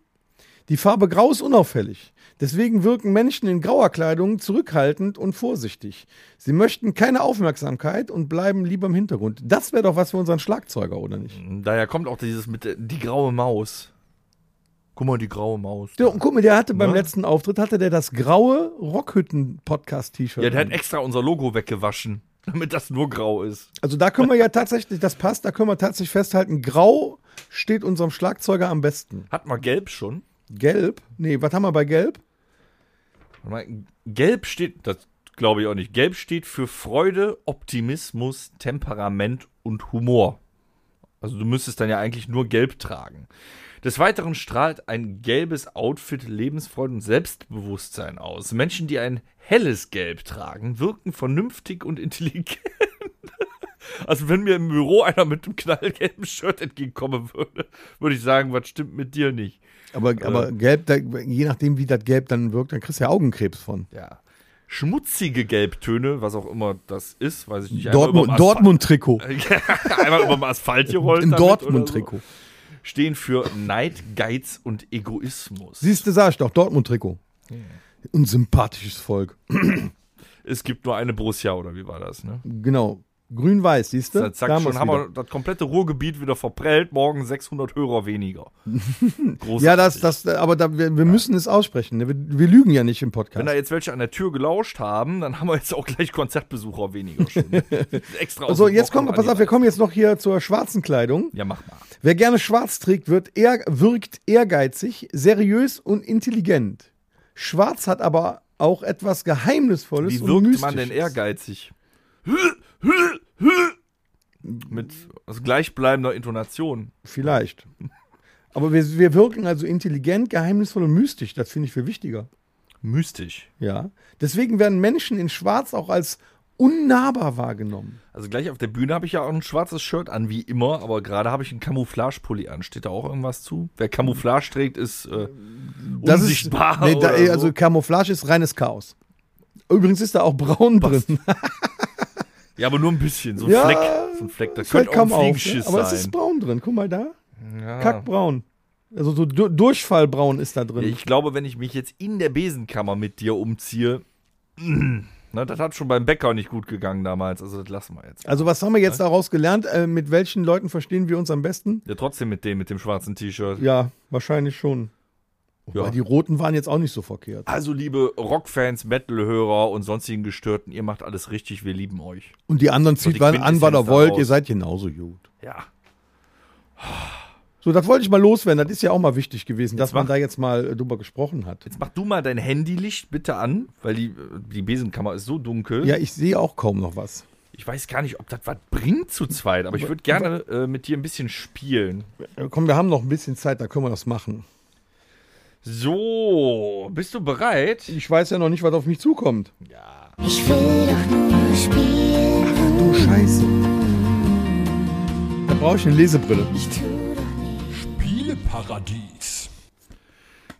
B: Die Farbe grau ist unauffällig. Deswegen wirken Menschen in grauer Kleidung zurückhaltend und vorsichtig. Sie möchten keine Aufmerksamkeit und bleiben lieber im Hintergrund. Das wäre doch was für unseren Schlagzeuger, oder nicht?
A: Daher kommt auch dieses mit äh, die graue Maus. Guck mal, die graue Maus.
B: Der, und guck mal, der hatte beim
A: Ne?
B: letzten Auftritt, hatte der das graue Rockhütten-Podcast-T-Shirt.
A: Ja, der
B: an.
A: hat halt extra unser Logo weggewaschen, damit das nur grau ist.
B: Also da können wir ja tatsächlich, das passt, da können wir tatsächlich festhalten, grau steht unserem Schlagzeuger am besten.
A: Hat mal gelb schon.
B: Gelb? Nee, was haben wir bei gelb?
A: Warte mal, Gelb steht, das glaube ich auch nicht. Gelb steht für Freude, Optimismus, Temperament und Humor. Also du müsstest dann ja eigentlich nur gelb tragen. Des Weiteren strahlt ein gelbes Outfit Lebensfreude und Selbstbewusstsein aus. Menschen, die ein helles Gelb tragen, wirken vernünftig und intelligent. Also wenn mir im Büro einer mit einem knallgelben Shirt entgegenkommen würde, würde ich sagen, was stimmt mit dir nicht?
B: Aber,
A: Äh.
B: aber gelb, da, je nachdem, wie das gelb dann wirkt, dann kriegst du ja Augenkrebs von.
A: Ja. Schmutzige Gelbtöne, was auch immer das ist, weiß ich nicht. einmal überm
B: Dortmund-
A: Asphalt-
B: Dortmund-Trikot.
A: Einmal über dem Asphalt gerollt.
B: Im
A: damit Äh, oder
B: Dortmund-Trikot.
A: So, stehen für Neid, Geiz und Egoismus.
B: Siehst du, sag ich doch, Dortmund-Trikot. Unsympathisches Volk.
A: Es gibt nur eine Borussia, oder wie war das, ne?
B: Genau. Grün-Weiß, siehst du?
A: Zack, zack,
B: Damals
A: schon haben wir
B: wieder.
A: das komplette Ruhrgebiet wieder verprellt. Morgen 600 Hörer weniger. Großartig.
B: Ja, das, das, aber da, wir, wir müssen es aussprechen. ne? Wir, wir lügen ja nicht im Podcast.
A: Wenn da jetzt welche an der Tür gelauscht haben, dann haben wir jetzt auch gleich Konzertbesucher weniger schon. ne? Extra aus
B: Also
A: dem
B: jetzt
A: Bock
B: kommen wir, pass auf, wir kommen jetzt noch hier zur schwarzen Kleidung.
A: Ja, mach mal.
B: Wer gerne schwarz trägt, wird eher, wirkt ehrgeizig, seriös und intelligent. Schwarz hat aber auch etwas Geheimnisvolles
A: Wie
B: und
A: wirkt
B: Mystisches.
A: man denn ehrgeizig? Mit also gleichbleibender Intonation.
B: Vielleicht. Aber wir, wir wirken also intelligent, geheimnisvoll und mystisch. Das finde ich viel wichtiger.
A: Mystisch.
B: Ja. Deswegen werden Menschen in Schwarz auch als unnahbar wahrgenommen.
A: Also gleich auf der Bühne habe ich ja auch ein schwarzes Shirt an, wie immer, aber gerade habe ich einen Camouflage-Pulli an. Steht da auch irgendwas zu? Wer Camouflage trägt, ist äh, unsichtbar.
B: Ist, nee, da,
A: oder
B: also
A: so.
B: Camouflage ist reines Chaos. Übrigens ist da auch braun drin.
A: Ja, aber nur ein bisschen. So ein
B: Ja,
A: Fleck. So ein Fleck. Das
B: Fällt
A: könnte auch ein
B: kaum auf. Ne?
A: Fliegenschiss
B: Aber es
A: sein.
B: ist braun drin. Guck mal da.
A: ja.
B: Kackbraun. Also so du Durchfallbraun ist da
A: Ja,
B: drin.
A: Ich glaube, wenn ich mich jetzt in der Besenkammer mit dir umziehe, na, das hat schon beim Bäcker nicht gut gegangen damals. Also das lassen wir jetzt.
B: also was haben wir jetzt daraus gelernt? Äh, mit welchen Leuten verstehen wir uns am besten?
A: Ja, trotzdem mit dem, mit dem schwarzen T-Shirt.
B: Ja, wahrscheinlich schon. Wobei
A: Ja.
B: die Roten waren jetzt auch nicht so verkehrt.
A: Also, liebe Rockfans, Metal-Hörer und sonstigen Gestörten, ihr macht alles richtig, wir lieben euch.
B: Und die anderen zieht
A: die
B: wann an, was ihr
A: Quintessenz
B: wollt.
A: daraus.
B: Ihr seid genauso gut.
A: Ja.
B: So, das wollte ich mal loswerden. Das ist ja auch mal wichtig gewesen, dass man
A: mach-
B: da jetzt mal äh, drüber gesprochen hat.
A: Jetzt mach du mal dein Handylicht bitte an, weil die, die Besenkammer ist so dunkel.
B: Ja, ich sehe auch kaum noch was.
A: Ich weiß gar nicht, ob das was bringt zu zweit, aber ich würde gerne äh, mit dir ein bisschen spielen.
B: Äh, Komm, wir haben noch ein bisschen Zeit, da können wir das machen.
A: So, bist du bereit?
B: Ich weiß ja noch nicht, was auf mich zukommt.
E: Ich will doch nur spielen.
B: Du Oh, Scheiße. Da brauche ich eine Lesebrille.
E: Ich tu doch
C: Spieleparadies.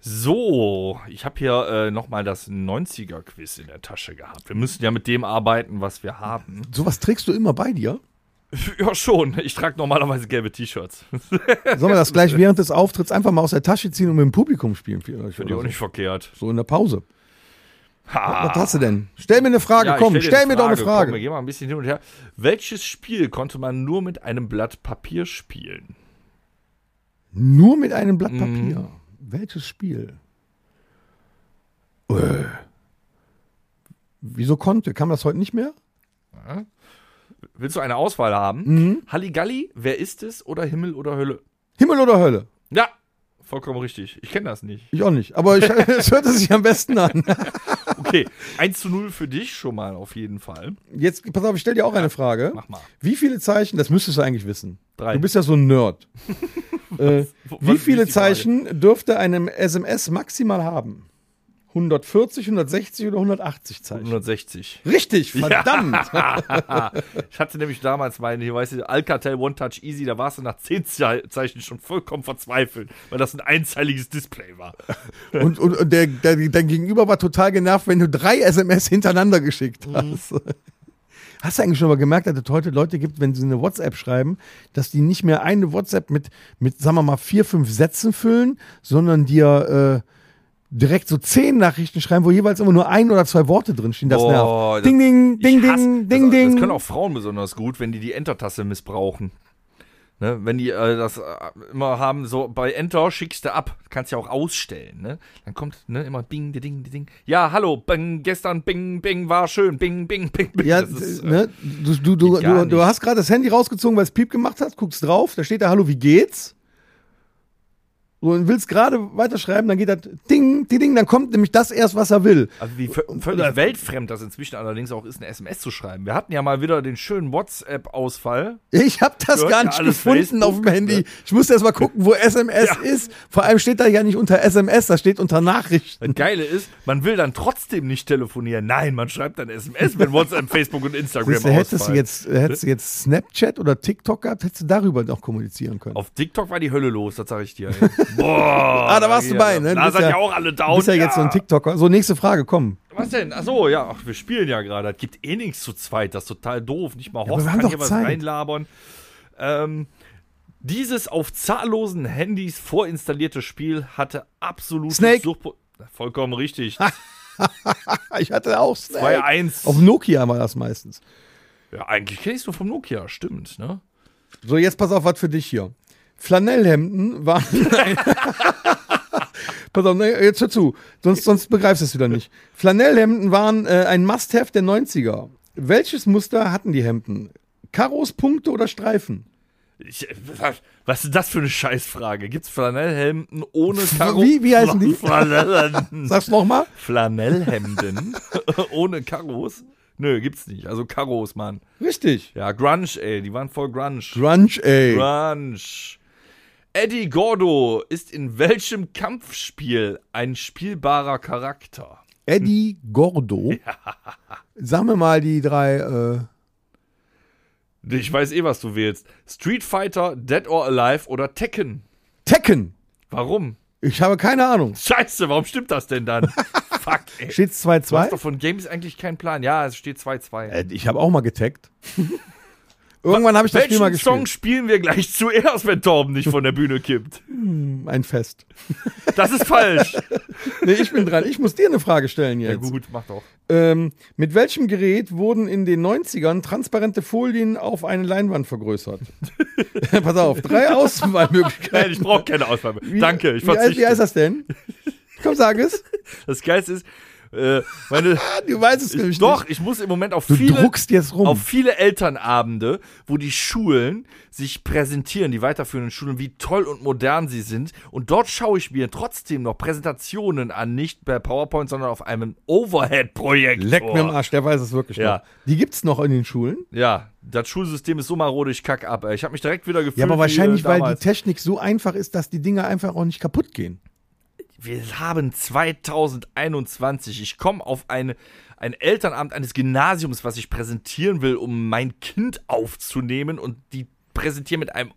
A: So, ich habe hier äh, nochmal das 90er-Quiz in der Tasche gehabt. Wir müssen ja mit dem arbeiten, was wir haben.
B: Sowas trägst du immer bei dir?
A: Ja, schon. Ich trage normalerweise gelbe T-Shirts.
B: Sollen wir das gleich während des Auftritts einfach mal aus der Tasche ziehen und mit dem Publikum spielen? Vielleicht
A: Finde ich auch
B: oder
A: nicht verkehrt.
B: so. so in der Pause.
A: Ha.
B: Was hast du denn? Stell mir eine Frage,
A: Ja, ich
B: komm,
A: dir
B: stell mir doch eine Frage.
A: Komm, wir gehen mal ein bisschen hin und her. Welches Spiel konnte man nur mit einem Blatt Papier spielen?
B: Nur mit einem Blatt Papier. Welches Spiel? Äh. Wieso konnte? Kam das heute nicht mehr?
A: Willst du eine Auswahl haben?
B: Mhm.
A: Halligalli, wer ist es oder Himmel oder Hölle?
B: Himmel oder Hölle?
A: Ja, vollkommen richtig. Ich kenne das nicht.
B: Ich auch nicht. Aber ich- es hört sich am besten an.
A: Okay, 1 zu 0 für dich schon mal auf jeden Fall.
B: Jetzt, pass auf, ich stell dir auch eine Frage.
A: Mach mal.
B: Wie viele Zeichen, das müsstest du eigentlich wissen.
A: Drei.
B: Du bist ja so ein Nerd. äh,
A: Wo- was
B: wie
A: ist
B: viele
A: die Frage?
B: Zeichen dürfte einem SMS maximal haben? 140, 160 oder 180 Zeichen?
A: 160.
B: Richtig, verdammt.
A: Ich hatte nämlich damals meinen, hier weißt du, Alcatel One Touch Easy, da warst du nach 10 Ze- Zeichen schon vollkommen verzweifelt, weil das ein einzeiliges Display war.
B: Und, und, und der, der, dein Gegenüber war total genervt, wenn du drei SMS hintereinander geschickt
A: Mhm.
B: hast. Hast du eigentlich schon mal gemerkt, dass es heute Leute gibt, wenn sie eine WhatsApp schreiben, dass die nicht mehr eine WhatsApp mit, mit sagen wir mal, vier, fünf Sätzen füllen, sondern dir äh, direkt so zehn Nachrichten schreiben, wo jeweils immer nur ein oder zwei Worte drinstehen. Das
A: Boah,
B: nervt. Ding, ding,
A: Ich
B: ding,
A: hasse-
B: ding, ding,
A: das,
B: ding.
A: Das können auch Frauen besonders gut, wenn die die Enter-Taste missbrauchen. Ne, wenn die äh, das äh, immer haben, so bei Enter schickst du ab, kannst ja auch ausstellen. Ne? Dann kommt ne, immer Bing, di Ding, di Ding. Ja, hallo, bing, gestern Bing, Bing war schön, Bing, Bing, Bing, Bing.
B: Ja,
A: das ist, äh,
B: ne? du, du, du,
A: geht gar
B: du, du
A: nicht.
B: hast gerade das Handy rausgezogen, weil es Piep gemacht hat, guckst drauf, da steht da, hallo, wie geht's? So, und willst gerade weiterschreiben, dann geht das Ding, die Ding, dann kommt nämlich das erst, was er will.
A: Also wie vö- völlig weltfremd das inzwischen allerdings auch ist, eine SMS zu schreiben. Wir hatten ja mal wieder den schönen WhatsApp-Ausfall.
B: Ich habe das
A: Gehört
B: gar
A: ja
B: nicht
A: alles
B: gefunden
A: Facebook,
B: auf dem Handy.
A: ne?
B: Ich musste erst mal gucken, wo SMS
A: Ja.
B: ist. Vor allem steht da ja nicht unter SMS, das steht unter Nachrichten.
A: Das Geile ist, man will dann trotzdem nicht telefonieren. Nein, man schreibt dann SMS, wenn WhatsApp, Facebook und Instagram
B: Siehst du, hättest du
A: ausfallen.
B: jetzt, hättest du jetzt Snapchat oder TikTok gehabt, hättest du darüber noch kommunizieren können.
A: Auf TikTok war die Hölle los, das sag ich dir. ey. Boah.
B: Ah, da warst du bei, ne? Du
A: Da
B: bist
A: seid
B: ja-
A: ja auch alle
B: Du
A: down.
B: bist ja jetzt so ein TikToker. So, nächste Frage, komm.
A: Was denn? Achso, ja, ach, wir spielen ja gerade. Das gibt eh nichts zu zweit. Das ist total doof. Nicht mal
B: aber
A: Horst
B: wir haben
A: kann
B: doch
A: hier was
B: Zeit.
A: reinlabern. Ähm, dieses auf zahllosen Handys vorinstallierte Spiel hatte absolut
B: Snake.
A: Vollkommen richtig.
B: Ich hatte auch Snake.
A: 2-1.
B: Auf Nokia war das meistens.
A: Ja, eigentlich kennst du vom Nokia, stimmt, ne?
B: So, jetzt pass auf, was für dich hier. Flanellhemden waren. Nein. pass auf, ne, jetzt hör zu. Sonst, sonst begreifst du es wieder nicht. Flanellhemden waren äh, ein Must-Have der 90er. Welches Muster hatten die Hemden? Karos, Punkte oder Streifen?
A: Ich, äh, was, was ist das für eine Scheißfrage? Gibt's Flanellhemden ohne Karo?
B: wie- wie heißen die?
A: Flanellhemden.
B: Sag's nochmal.
A: Flanellhemden ohne Karos? Nö, gibt's nicht. Also Karos, Mann.
B: Richtig.
A: Ja, Grunge, ey. Die waren voll Grunge.
B: Grunge, ey.
A: Grunge. Eddie Gordo ist in welchem Kampfspiel ein spielbarer Charakter?
B: Eddie Gordo. Sag mir mal die drei. Äh,
A: Ich weiß eh, was du wählst. Street Fighter, Dead or Alive oder Tekken.
B: Tekken.
A: Warum?
B: Ich habe keine Ahnung.
A: Scheiße, warum stimmt das denn dann? Fuck, ey.
B: Steht's
A: Du hast doch
B: 2-2?
A: von Games eigentlich keinen Plan. Ja, es steht 2-2.
B: Äh, Ich habe auch mal getaggt. Irgendwann habe ich das Spiel mal
A: Welchen
B: gespielt.
A: Song spielen wir gleich zuerst, wenn Torben nicht von der Bühne kippt?
B: Ein Fest.
A: Das ist falsch.
B: Nee, ich bin dran. Ich muss dir eine Frage stellen
A: ja,
B: jetzt.
A: gut, mach doch.
B: ähm, mit welchem Gerät wurden in den 90ern transparente Folien auf eine Leinwand vergrößert? Pass auf, drei
A: Nein, ich
B: Auswahlmöglichkeiten.
A: brauche keine Auswahl. mehr. Danke, ich
B: wie, heißt- Wie
A: verzichte.
B: heißt das denn? Komm, sag es.
A: das Geilste ist, äh, meine,
B: Du weißt es nämlich
A: doch, ich
B: nicht.
A: muss im Moment auf
B: Du
A: viele,
B: druckst jetzt rum.
A: auf viele Elternabende, wo die Schulen sich präsentieren, die weiterführenden Schulen, wie toll und modern sie sind. Und dort schaue ich mir trotzdem noch Präsentationen an, nicht per PowerPoint, sondern auf einem Overhead-Projektor.
B: Leck mir am Arsch, der weiß es wirklich
A: Ja.
B: noch. Die gibt's noch in den Schulen.
A: Ja, das Schulsystem ist so marode, ich kack ab. ey. Ich habe mich direkt wieder gefühlt.
B: Ja, aber
A: wie,
B: wahrscheinlich,
A: äh,
B: weil die
A: damals.
B: Technik so einfach ist, dass die Dinger einfach auch nicht kaputt gehen.
A: Wir haben 2021. Ich komme auf eine, ein Elternamt eines Gymnasiums, was ich präsentieren will, um mein Kind aufzunehmen und die präsentieren mit einem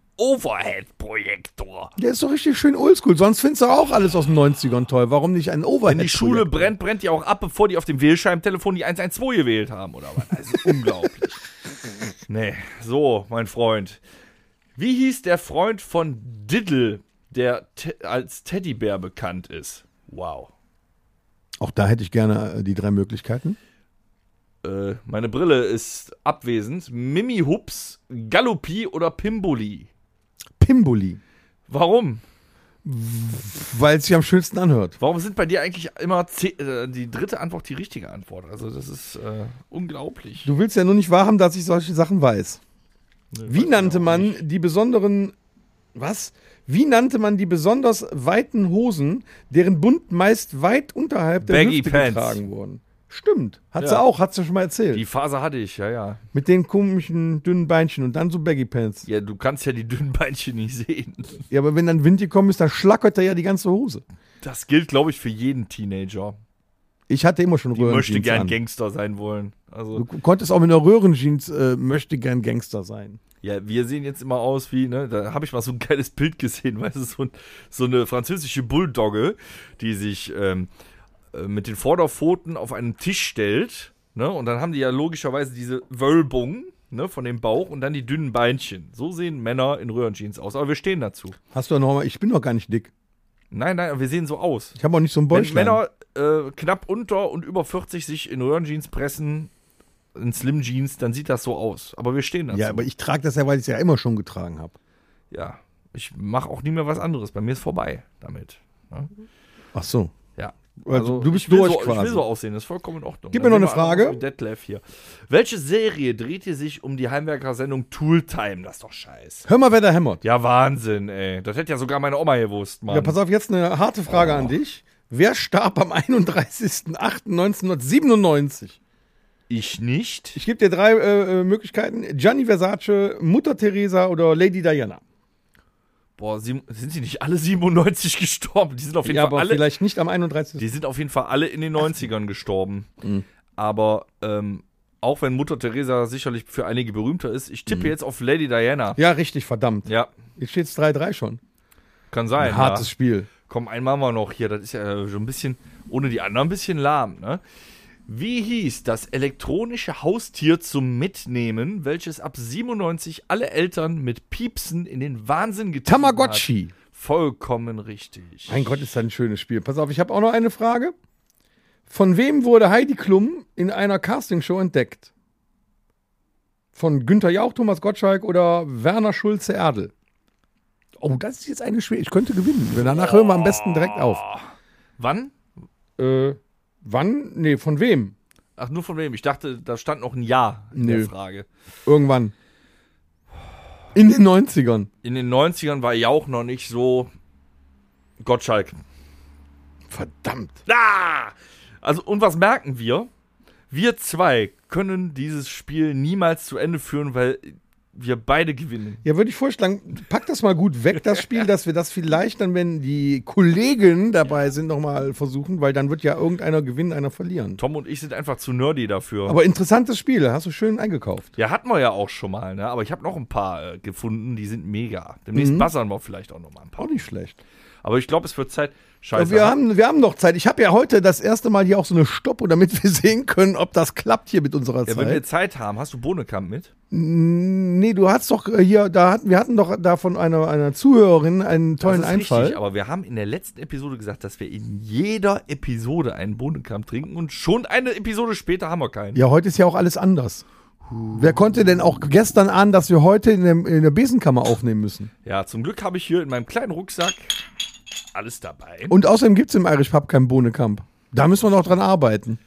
A: Overhead-Projektor.
B: Der ist so richtig schön oldschool. Sonst findest du auch alles aus den 90ern toll. Warum nicht einen Overhead?
A: Wenn die Schule brennt, brennt die auch ab, bevor die auf dem Wählscheibentelefon die 112 gewählt haben, oder was? Das ist unglaublich. Nee, so, mein Freund. Wie hieß der Freund von Diddle, der te als Teddybär bekannt ist? Wow.
B: Auch da hätte ich gerne äh, die drei Möglichkeiten.
A: Äh, meine Brille ist abwesend. Mimi Hups, Galoppi oder Pimboli?
B: Pimboli,
A: Warum?
B: weil es sich am schönsten anhört.
A: Warum sind bei dir eigentlich immer ze- äh, die dritte Antwort die richtige Antwort? Also, das ist äh, unglaublich.
B: Du willst ja nur nicht wahrhaben, dass ich solche Sachen weiß. Wie nannte man die besonderen. Was? Wie nannte man die besonders weiten Hosen, deren Bund meist weit unterhalb der
A: Baggy
B: Hüfte
A: Pants.
B: getragen wurden? Stimmt. Hat sie
A: Ja.
B: auch, hat sie schon mal erzählt.
A: Die Phase hatte ich, ja, ja.
B: Mit den komischen dünnen Beinchen und dann so Baggy Pants.
A: Ja, du kannst ja die dünnen Beinchen nicht sehen.
B: Ja, aber wenn dann Wind gekommen ist, dann schlackert er ja die ganze Hose.
A: Das gilt, glaube ich, für jeden Teenager.
B: Ich hatte immer schon
A: Die
B: Röhrenjeans
A: möchte gern
B: an.
A: Gangster sein wollen.
B: Du
A: Also,
B: konntest auch mit einer Röhrenjeans äh, möchte gern Gangster sein.
A: ja, wir sehen jetzt immer aus wie, ne, da habe ich mal so ein geiles Bild gesehen, weißt du, so, ein, so eine französische Bulldogge, die sich ähm, äh, mit den Vorderpfoten auf einen Tisch stellt, ne, und dann haben die ja logischerweise diese Wölbung, ne, von dem Bauch und dann die dünnen Beinchen. So sehen Männer in Röhrenjeans aus, aber wir stehen dazu.
B: Hast du ja noch mal, ich bin doch gar nicht dick.
A: Nein, nein, wir sehen so aus.
B: Ich habe auch nicht so einen
A: Wenn
B: Bäuchlein.
A: Männer äh, knapp unter und über 40 sich in Röhrenjeans pressen, in Slim Jeans, dann sieht das so aus. Aber wir stehen dazu.
B: ja, aber ich trage das ja, weil ich es ja immer schon getragen habe.
A: ja, ich mache auch nie mehr was anderes. Bei mir ist vorbei damit. ne?
B: Ach so.
A: Ja.
B: Mhm. Also, du bist
A: ich will
B: durch
A: so,
B: quasi.
A: Ich will so aussehen, das ist vollkommen in Ordnung.
B: Gib
A: Dann
B: mir noch
A: sehen
B: eine
A: wir einfach
B: Frage.
A: aus wie Detlef hier. Welche Serie drehte sich um die Heimwerker-Sendung Tooltime? Das ist doch scheiße.
B: Hör mal, wer da hämmert.
A: Ja, Wahnsinn, ey. Das hätte ja sogar meine Oma gewusst, Mann.
B: Ja, pass auf, jetzt eine harte Frage an dich. Wer starb am 31.08.1997?
A: ich nicht.
B: Ich gebe dir drei äh, äh, Möglichkeiten. Gianni Versace, Mutter Teresa oder Lady Diana.
A: Boah, sieben- sind sie nicht alle 97 gestorben? Die sind auf jeden
B: Ja,
A: Fall
B: aber
A: alle
B: vielleicht nicht am 31.
A: Die sind auf jeden Fall alle in den 90ern gestorben.
B: Mhm.
A: Aber ähm, auch wenn Mutter Teresa sicherlich für einige berühmter ist, ich
B: Mhm.
A: tippe jetzt auf Lady Diana.
B: ja, richtig, verdammt.
A: Ja,
B: Jetzt steht es 3-3 schon.
A: kann sein.
B: Ein hartes
A: ja.
B: Spiel.
A: Komm, einmal mal noch hier. Das ist ja schon ein bisschen, ohne die anderen ein bisschen lahm. Ne? Wie hieß das elektronische Haustier zum Mitnehmen, welches ab 97 alle Eltern mit Piepsen in den Wahnsinn getrieben hat?
B: Tamagotchi.
A: Vollkommen richtig.
B: Mein Gott, ist das ein schönes Spiel. Pass auf, ich habe auch noch eine Frage. Von wem wurde Heidi Klum in einer Castingshow entdeckt? Von Günther Jauch, Thomas Gottschalk oder Werner Schulze-Erdel? Oh, das ist jetzt eine schwere. Ich könnte gewinnen. Danach hören wir am besten direkt auf.
A: Wann?
B: Äh, wann? Nee, von wem?
A: Ach, nur von wem? Ich dachte, da stand noch ein Ja in
B: Nö.
A: der Frage.
B: Irgendwann. In den 90ern.
A: In den 90ern war Jauch noch nicht so Gottschalk.
B: Verdammt.
A: Ah! Also, und was merken wir? Wir zwei können dieses Spiel niemals zu Ende führen, weil wir beide gewinnen.
B: Ja, würde ich vorschlagen, pack das mal gut weg, das Spiel, dass wir das vielleicht dann, wenn die Kollegen dabei sind, nochmal versuchen, weil dann wird ja irgendeiner gewinnen, einer verlieren.
A: Tom und ich sind einfach zu nerdy dafür.
B: Aber interessantes Spiel, hast du schön eingekauft.
A: ja, hatten wir ja auch schon mal, ne? Aber ich habe noch ein paar äh, gefunden, die sind mega. Demnächst
B: Mhm.
A: buzzern wir vielleicht auch noch mal ein paar.
B: Auch nicht schlecht.
A: Aber ich glaube, es wird Zeit.
B: Aber
A: Scheiße.
B: wir, haben, wir haben noch Zeit. Ich habe ja heute das erste Mal hier auch so eine Stoppuhr, damit wir sehen können, ob das klappt hier mit unserer
A: ja, wenn wir
B: Zeit.
A: Zeit haben, hast du Bohnekamp mit?
B: nee, du hast doch äh, hier, da hatten, wir hatten doch da von einer, einer Zuhörerin einen tollen
A: das ist
B: Einfall.
A: Richtig, aber wir haben in der letzten Episode gesagt, dass wir in jeder Episode einen Bohnenkamm trinken und schon eine Episode später haben wir keinen.
B: Ja, heute ist ja auch alles anders. Wer konnte denn auch gestern ahnen, dass wir heute in, dem, in der Besenkammer aufnehmen müssen?
A: Ja, zum Glück habe ich hier in meinem kleinen Rucksack alles dabei.
B: Und außerdem gibt's im Irish Pub keinen Bohnenkamp. Da müssen wir noch dran arbeiten.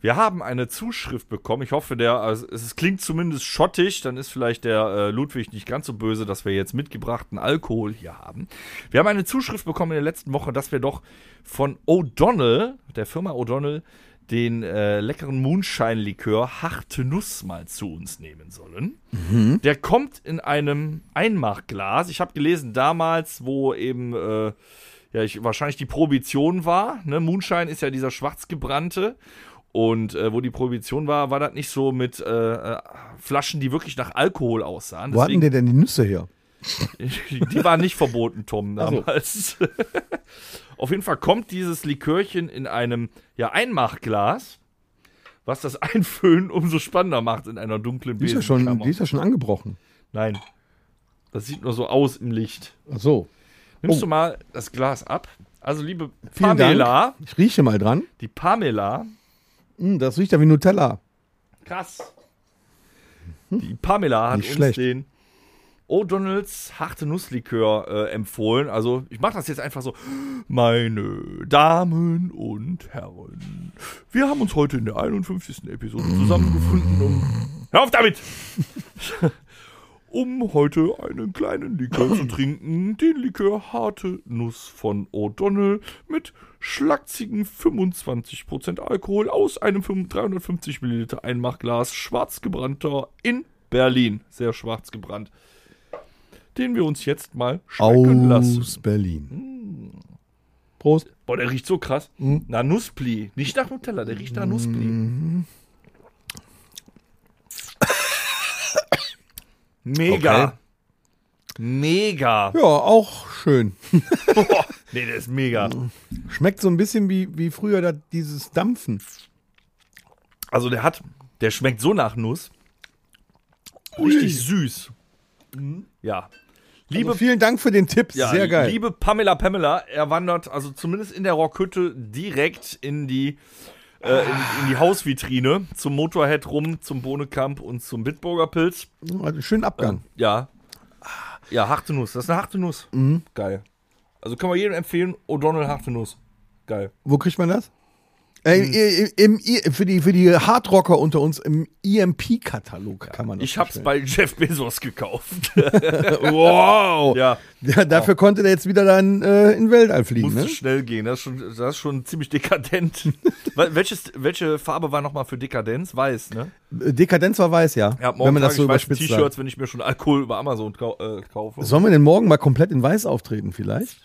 A: Wir haben eine Zuschrift bekommen. Ich hoffe, der also es, es klingt zumindest schottisch. Dann ist vielleicht der äh, Ludwig nicht ganz so böse, dass wir jetzt mitgebrachten Alkohol hier haben. Wir haben eine Zuschrift bekommen in der letzten Woche, dass wir doch von O'Donnell, der Firma O'Donnell, den äh, leckeren Moonshine-Likör Harte Nuss mal zu uns nehmen sollen. Der kommt in einem Einmachglas. Ich habe gelesen damals, wo eben äh, ja, ich, wahrscheinlich die Prohibition war. Ne? Moonshine ist ja dieser schwarzgebrannte. Und äh, wo die Prohibition war, war das nicht so mit äh, äh, Flaschen, die wirklich nach Alkohol aussahen.
B: Wo hatten die denn die Nüsse her?
A: die waren nicht verboten, Tom, damals. Auf jeden Fall kommt dieses Likörchen in einem ja, Einmachglas, was das Einfüllen umso spannender macht in einer dunklen
B: Die ist, ja schon,
A: Besenkammer.
B: die ist ja schon angebrochen.
A: Nein, das sieht nur so aus im Licht.
B: Ach so.
A: Nimmst
B: Oh.
A: du mal das Glas ab? Also, liebe
B: Vielen
A: Pamela,
B: Dank. Ich rieche mal dran.
A: die Pamela,
B: Mm, das riecht ja wie Nutella.
A: krass. Die Pamela hat
B: Nicht
A: uns
B: schlecht.
A: den O'Donnells harte Nusslikör äh, empfohlen. Also, ich mache das jetzt einfach so. Meine Damen und Herren, wir haben uns heute in der 51. Episode zusammengefunden, um. Hör auf damit! um heute einen kleinen Likör zu trinken. Den Likör Harte Nuss von O'Donnell mit schlagzigen 25% Alkohol aus einem 350 Milliliter Einmachglas schwarz gebrannter in Berlin. Sehr schwarz gebrannt. Den wir uns jetzt mal schmecken lassen.
B: Aus Berlin. Prost.
A: Boah, der riecht so krass. Na, Nusspli. Nicht nach Nutella, der riecht nach Nusspli. Mega.
B: Okay.
A: Mega.
B: Ja, auch schön.
A: Boah. Nee, der ist mega.
B: Schmeckt so ein bisschen wie, wie früher da, dieses Dampfen.
A: Also der hat, der schmeckt so nach Nuss. Richtig süß. Ja. Liebe,
B: Also vielen Dank für den Tipp.
A: ja,
B: Sehr geil.
A: liebe Pamela Pamela, er wandert also zumindest in der Rockhütte direkt in die, äh, in, in die Hausvitrine, zum Motorhead rum, zum Bohnekamp und zum Bitburger Pilz.
B: Also schönen Abgang.
A: Ja. Ja, harte Nuss. Das ist eine harte Nuss. Mhm, Geil. Also kann man jedem empfehlen, O'Donnell harte Nuss. Geil.
B: Wo kriegt man das? Äh,
A: Hm.
B: im, im, I- für, die, für die Hardrocker unter uns im E EMP-Katalog kann man das
A: Ich hab's
B: bestellen.
A: bei Jeff Bezos gekauft.
B: Wow!
A: ja,
B: Ja, dafür konnte der jetzt wieder dann äh, in den Weltall fliegen,
A: musste
B: ne?
A: schnell gehen. Das ist schon, das ist schon ziemlich dekadent. Wel- Welches, welche Farbe war nochmal für Dekadenz? Weiß, ne?
B: Dekadenz Äh, war weiß, ja.
A: Ja,
B: wenn man das so
A: trage ich weiße
B: überspitzt sagt.
A: T-Shirts, wenn ich mir schon Alkohol über Amazon kau äh, kaufe.
B: Sollen wir denn morgen mal komplett in weiß auftreten, vielleicht?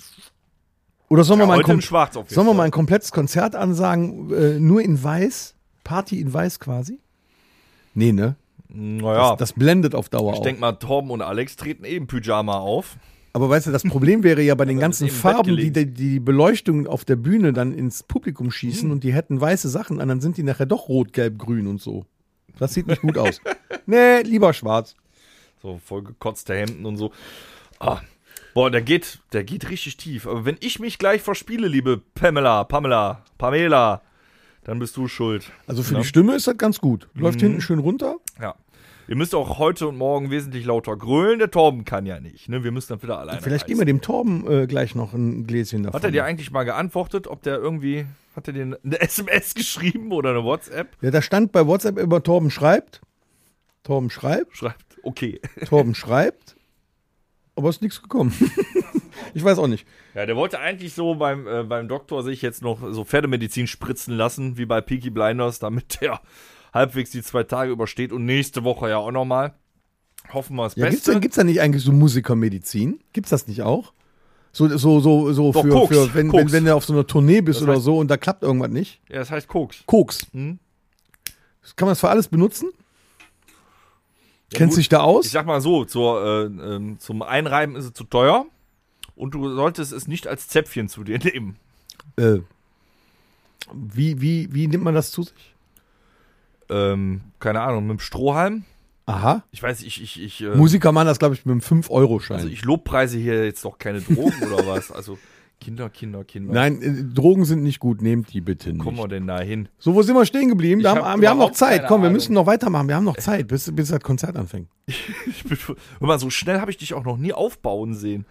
B: Oder sollen,
A: Ja,
B: wir, mal ein
A: heute im
B: kom-
A: Schwarz auf jeden
B: sollen wir mal
A: Fall.
B: ein komplettes Konzert ansagen, äh, nur in weiß? Party in weiß quasi? Nee, ne?
A: Hm, Naja,
B: Das, das blendet auf Dauer
A: ich
B: auch.
A: denk mal, Torben und Alex treten eben Pyjama auf.
B: Aber weißt du, das Problem wäre ja bei den ganzen
A: ist eben im Bett
B: Farben, die, die
A: gelegen.
B: die Beleuchtung auf der Bühne dann ins Publikum schießen und die hätten weiße Sachen an, dann sind die nachher doch rot, gelb, grün und so. Das sieht nicht gut aus. Nee, lieber schwarz.
A: So vollgekotzte Hemden und so. Ah, boah, der geht, der geht richtig tief. Aber wenn ich mich gleich verspiele, liebe Pamela, Pamela, Pamela, dann bist du schuld.
B: Also für die Stimme ist das ganz gut. Läuft hinten schön runter.
A: Ja. Ihr müsst auch heute und morgen wesentlich lauter grölen. Der Torben kann ja nicht. Ne? Wir müssen dann wieder alleine.
B: Vielleicht geben
A: reisen.
B: wir dem Torben äh, gleich noch ein Gläschen davon.
A: Hat er dir eigentlich mal geantwortet, ob der irgendwie. Hat er dir eine SMS geschrieben oder eine WhatsApp?
B: ja, da stand bei WhatsApp über Torben schreibt. Torben schreibt.
A: Schreibt, okay.
B: Torben schreibt. Aber ist nichts gekommen. ich weiß auch nicht.
A: Ja, der wollte eigentlich so beim, äh, beim Doktor sich jetzt noch so Pferdemedizin spritzen lassen, wie bei Peaky Blinders, damit der halbwegs die zwei Tage übersteht und nächste Woche ja auch nochmal. Hoffen wir das
B: Ja, gibt's,
A: Beste.
B: da, gibt's da nicht eigentlich so Musikermedizin? Gibt's das nicht auch? So, so, so, so
A: Doch,
B: für,
A: Koks,
B: für wenn, wenn,
A: Koks.
B: wenn du auf so einer Tournee bist oder
A: heißt-
B: so und da klappt irgendwas nicht.
A: ja, das heißt Koks.
B: Koks.
A: Hm.
B: Kann man das für alles benutzen? Kennst
A: gut.
B: dich da
A: Ich
B: aus?
A: sag mal so, zur, äh, ähm, zum Einreiben ist es zu teuer und du solltest es nicht als Zäpfchen zu dir nehmen.
B: Äh, wie, wie, wie nimmt man das zu sich?
A: Ähm, keine Ahnung, mit dem Strohhalm.
B: Aha.
A: Ich weiß, ich, ich, ich, äh,
B: Musiker machen das, glaube ich, mit einem 5-Euro-Schein.
A: also ich lobpreise hier jetzt doch keine Drogen oder was. Also Kinder, Kinder, Kinder.
B: Nein, äh, Drogen sind nicht gut, nehmt die bitte
A: Wo
B: nicht.
A: Kommen wir denn da hin?
B: So, wo sind wir stehen geblieben? Wir
A: Ich
B: haben,
A: hab
B: wir haben noch
A: überhaupt
B: Zeit.
A: keine
B: Komm, wir
A: Ahnung.
B: müssen noch weitermachen. Wir haben noch Zeit, bis, bis das Konzert anfängt.
A: Ich bin, hör mal, so schnell habe ich dich auch noch nie aufbauen sehen.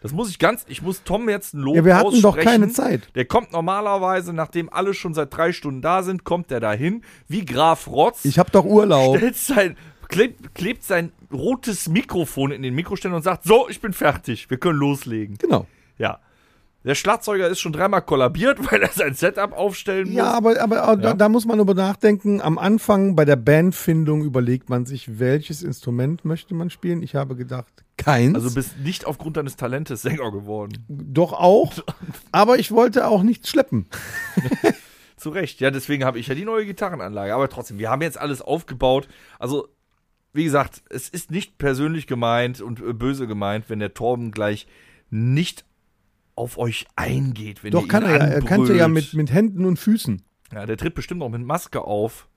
A: Das muss ich ganz, ich muss Tom jetzt ein Lob
B: Ja, wir hatten doch
A: aussprechen.
B: keine Zeit.
A: Der kommt normalerweise, nachdem alle schon seit drei Stunden da sind, kommt der dahin, wie Graf Rotz.
B: Ich habe doch Urlaub.
A: stellt sein, klebt, klebt sein rotes Mikrofon in den Mikroständer und sagt, so, ich bin fertig, wir können loslegen.
B: Genau.
A: Ja. Der Schlagzeuger ist schon dreimal kollabiert, weil er sein Setup aufstellen
B: Ja,
A: muss.
B: aber, aber Da, da muss man über nachdenken. Am Anfang bei der Bandfindung überlegt man sich, welches Instrument möchte man spielen. Ich habe gedacht, keins.
A: Also bist nicht aufgrund deines Talentes Sänger geworden.
B: Doch auch. aber ich wollte auch nichts schleppen.
A: Zu Recht. Ja, deswegen habe ich ja die neue Gitarrenanlage. Aber trotzdem, wir haben jetzt alles aufgebaut. Also, wie gesagt, es ist nicht persönlich gemeint und äh, böse gemeint, wenn der Torben gleich nicht auf euch eingeht. Wenn
B: Doch
A: ihr
B: kann
A: ihn
B: er ja. Er
A: anbrüllt.
B: kannte ja mit, mit Händen und Füßen.
A: Ja, der tritt bestimmt auch mit Maske auf.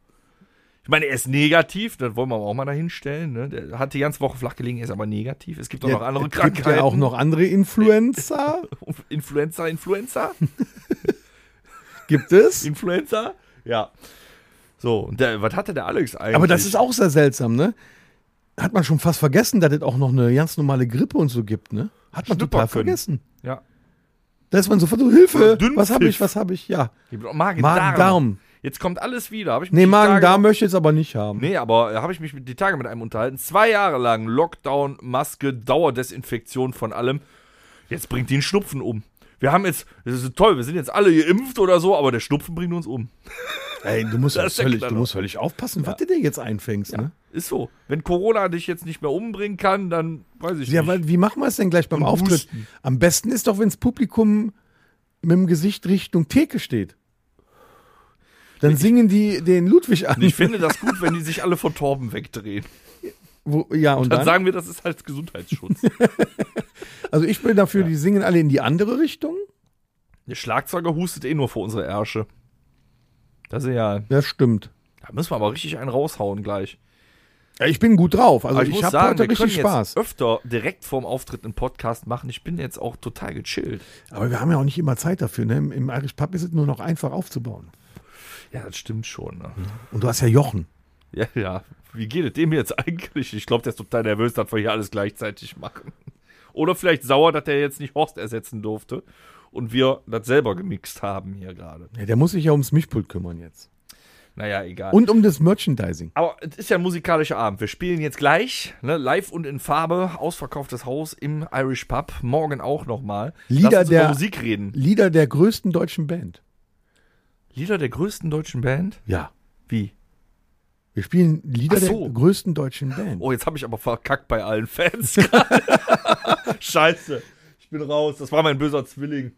A: Ich meine, er ist negativ, das wollen wir aber auch mal dahin stellen. Ne? Der hat die ganze Woche flach gelegen, er ist aber negativ. Es gibt auch noch andere
B: es gibt ja
A: Krankheiten.
B: auch noch andere Influencer.
A: Influenza, Influenza,
B: Gibt es?
A: Influenza. Ja. So, und der, was hatte der Alex eigentlich?
B: Aber das ist auch sehr seltsam, ne? Hat man schon fast vergessen, dass es auch noch eine ganz normale Grippe und so gibt, ne? Hat man total
A: Schnupperkönnen.
B: vergessen.
A: Ja.
B: Da ist man sofort so, Hilfe,
A: Dünnpfiff.
B: was habe ich, was habe ich, ja.
A: Gibt auch Magen,
B: Magen-Darm.
A: Jetzt kommt alles wieder. Hab ich mich
B: Nee,
A: die
B: Magen, da
A: Tage-
B: möchte ich jetzt aber nicht haben.
A: Nee, aber äh, habe ich mich mit- die Tage mit einem unterhalten. Zwei Jahre lang Lockdown, Maske, Dauerdesinfektion von allem. Jetzt bringt die den Schnupfen um. Wir haben jetzt, das ist toll, wir sind jetzt alle geimpft oder so, aber der Schnupfen bringt uns um.
B: Ey, du musst,
A: Das ist der
B: völlig,
A: Knaller.
B: du musst völlig aufpassen, was du dir jetzt einfängst. Ne?
A: Ist so. Wenn Corona dich jetzt nicht mehr umbringen kann, dann weiß ich
B: Ja,
A: nicht.
B: weil, wie machen wir es denn gleich beim
A: Und
B: Auftritt?
A: husten.
B: Am besten ist doch, wenn das Publikum mit dem Gesicht Richtung Theke steht. Dann singen die den Ludwig an.
A: ich finde das gut, wenn die sich alle von Torben wegdrehen.
B: Wo, ja, und
A: Dann
B: dann,
A: sagen wir, das ist halt Gesundheitsschutz.
B: also ich bin dafür, die singen alle in die andere Richtung.
A: Der Schlagzeuger hustet eh nur vor unsere Ärsche. Das ist ja.
B: Das stimmt.
A: Da müssen wir aber richtig einen raushauen gleich.
B: Ja, ich bin gut drauf. Also
A: Aber ich,
B: ich,
A: muss
B: habe
A: sagen,
B: heute
A: wir können
B: richtig Spaß.
A: jetzt öfter direkt vorm Auftritt einen Podcast machen. Ich bin jetzt auch total gechillt.
B: Aber wir haben ja auch nicht immer Zeit dafür. Ne? Im, Im Irish Pub ist es nur noch einfach aufzubauen.
A: Ja, das stimmt schon. Ne?
B: Und du hast ja Jochen.
A: Ja, ja. Wie geht es dem jetzt eigentlich? Ich glaube, der ist total nervös, dass wir hier alles gleichzeitig machen. Oder vielleicht sauer, dass der jetzt nicht Horst ersetzen durfte und wir das selber gemixt haben hier gerade.
B: Ja, der muss sich ja ums Mischpult kümmern jetzt.
A: Naja, egal.
B: Und um das Merchandising.
A: Aber es ist ja ein musikalischer Abend. Wir spielen jetzt gleich, ne, live und in Farbe, ausverkauftes Haus im Irish Pub. Morgen auch nochmal.
B: Lieder
A: Lass uns
B: der-
A: über Musik reden.
B: Lieder der größten deutschen Band.
A: Lieder der größten deutschen Band?
B: Ja.
A: Wie?
B: Wir spielen Lieder
A: Ach so.
B: der größten deutschen Band.
A: Oh, jetzt habe ich aber verkackt bei allen Fans. Scheiße. Ich bin raus. Das war mein böser Zwilling.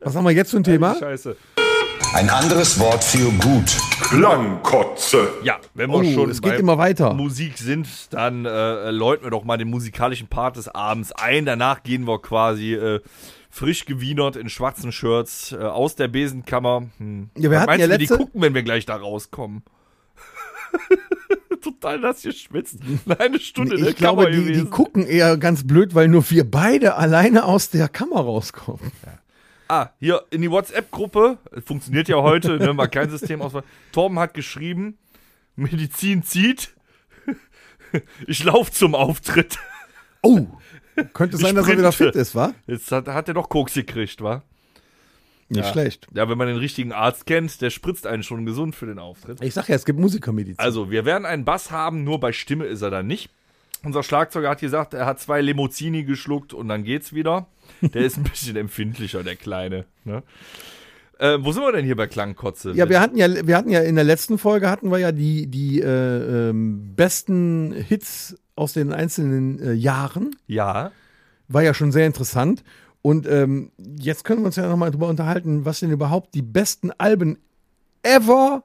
B: Was haben wir jetzt zum Thema?
A: Scheiße.
F: Ein anderes Wort für gut.
C: Klangkotze.
A: Ja, wenn wir
B: Oh,
A: schon
B: es
A: bei
B: geht immer weiter.
A: Musik sind, dann äh, läuten wir doch mal den musikalischen Part des Abends ein. Danach gehen wir quasi äh, frisch gewienert in schwarzen Shirts äh, aus der Besenkammer. Hm.
B: Ja, wir
A: Was
B: hatten
A: meinst
B: ja
A: du, wie
B: letzte-
A: die gucken, wenn wir gleich da rauskommen? Total nass geschwitzt. Eine Stunde in der
B: Ich glaube,
A: Kammer
B: die, die
A: gewesen.
B: gucken eher ganz blöd, weil nur wir beide alleine aus der Kammer rauskommen.
A: Ah, hier in die WhatsApp-Gruppe, funktioniert ja heute, ne, mal kein System aus. Torben hat geschrieben, Medizin zieht, ich laufe zum Auftritt.
B: Oh, könnte sein, dass er wieder
A: sprinte.
B: fit ist, wa?
A: Jetzt hat, hat er doch Koks gekriegt, wa?
B: Nicht schlecht.
A: Ja, wenn man den richtigen Arzt kennt, der spritzt einen schon gesund für den Auftritt.
B: Ich sag ja, es gibt Musikermedizin.
A: Also, wir werden einen Bass haben, nur bei Stimme ist er dann nicht. Unser Schlagzeuger hat gesagt, er hat zwei Lemozini geschluckt und dann geht's wieder. Der ist ein bisschen empfindlicher, der Kleine. Ne? Äh, wo sind wir denn hier bei Klangkotze?
B: ja, wir hatten ja, wir hatten ja in der letzten Folge hatten wir ja die, die äh, ähm, besten Hits aus den einzelnen äh, Jahren.
A: ja.
B: War ja schon sehr interessant. Und ähm, jetzt können wir uns ja nochmal drüber unterhalten, was denn überhaupt die besten Alben ever,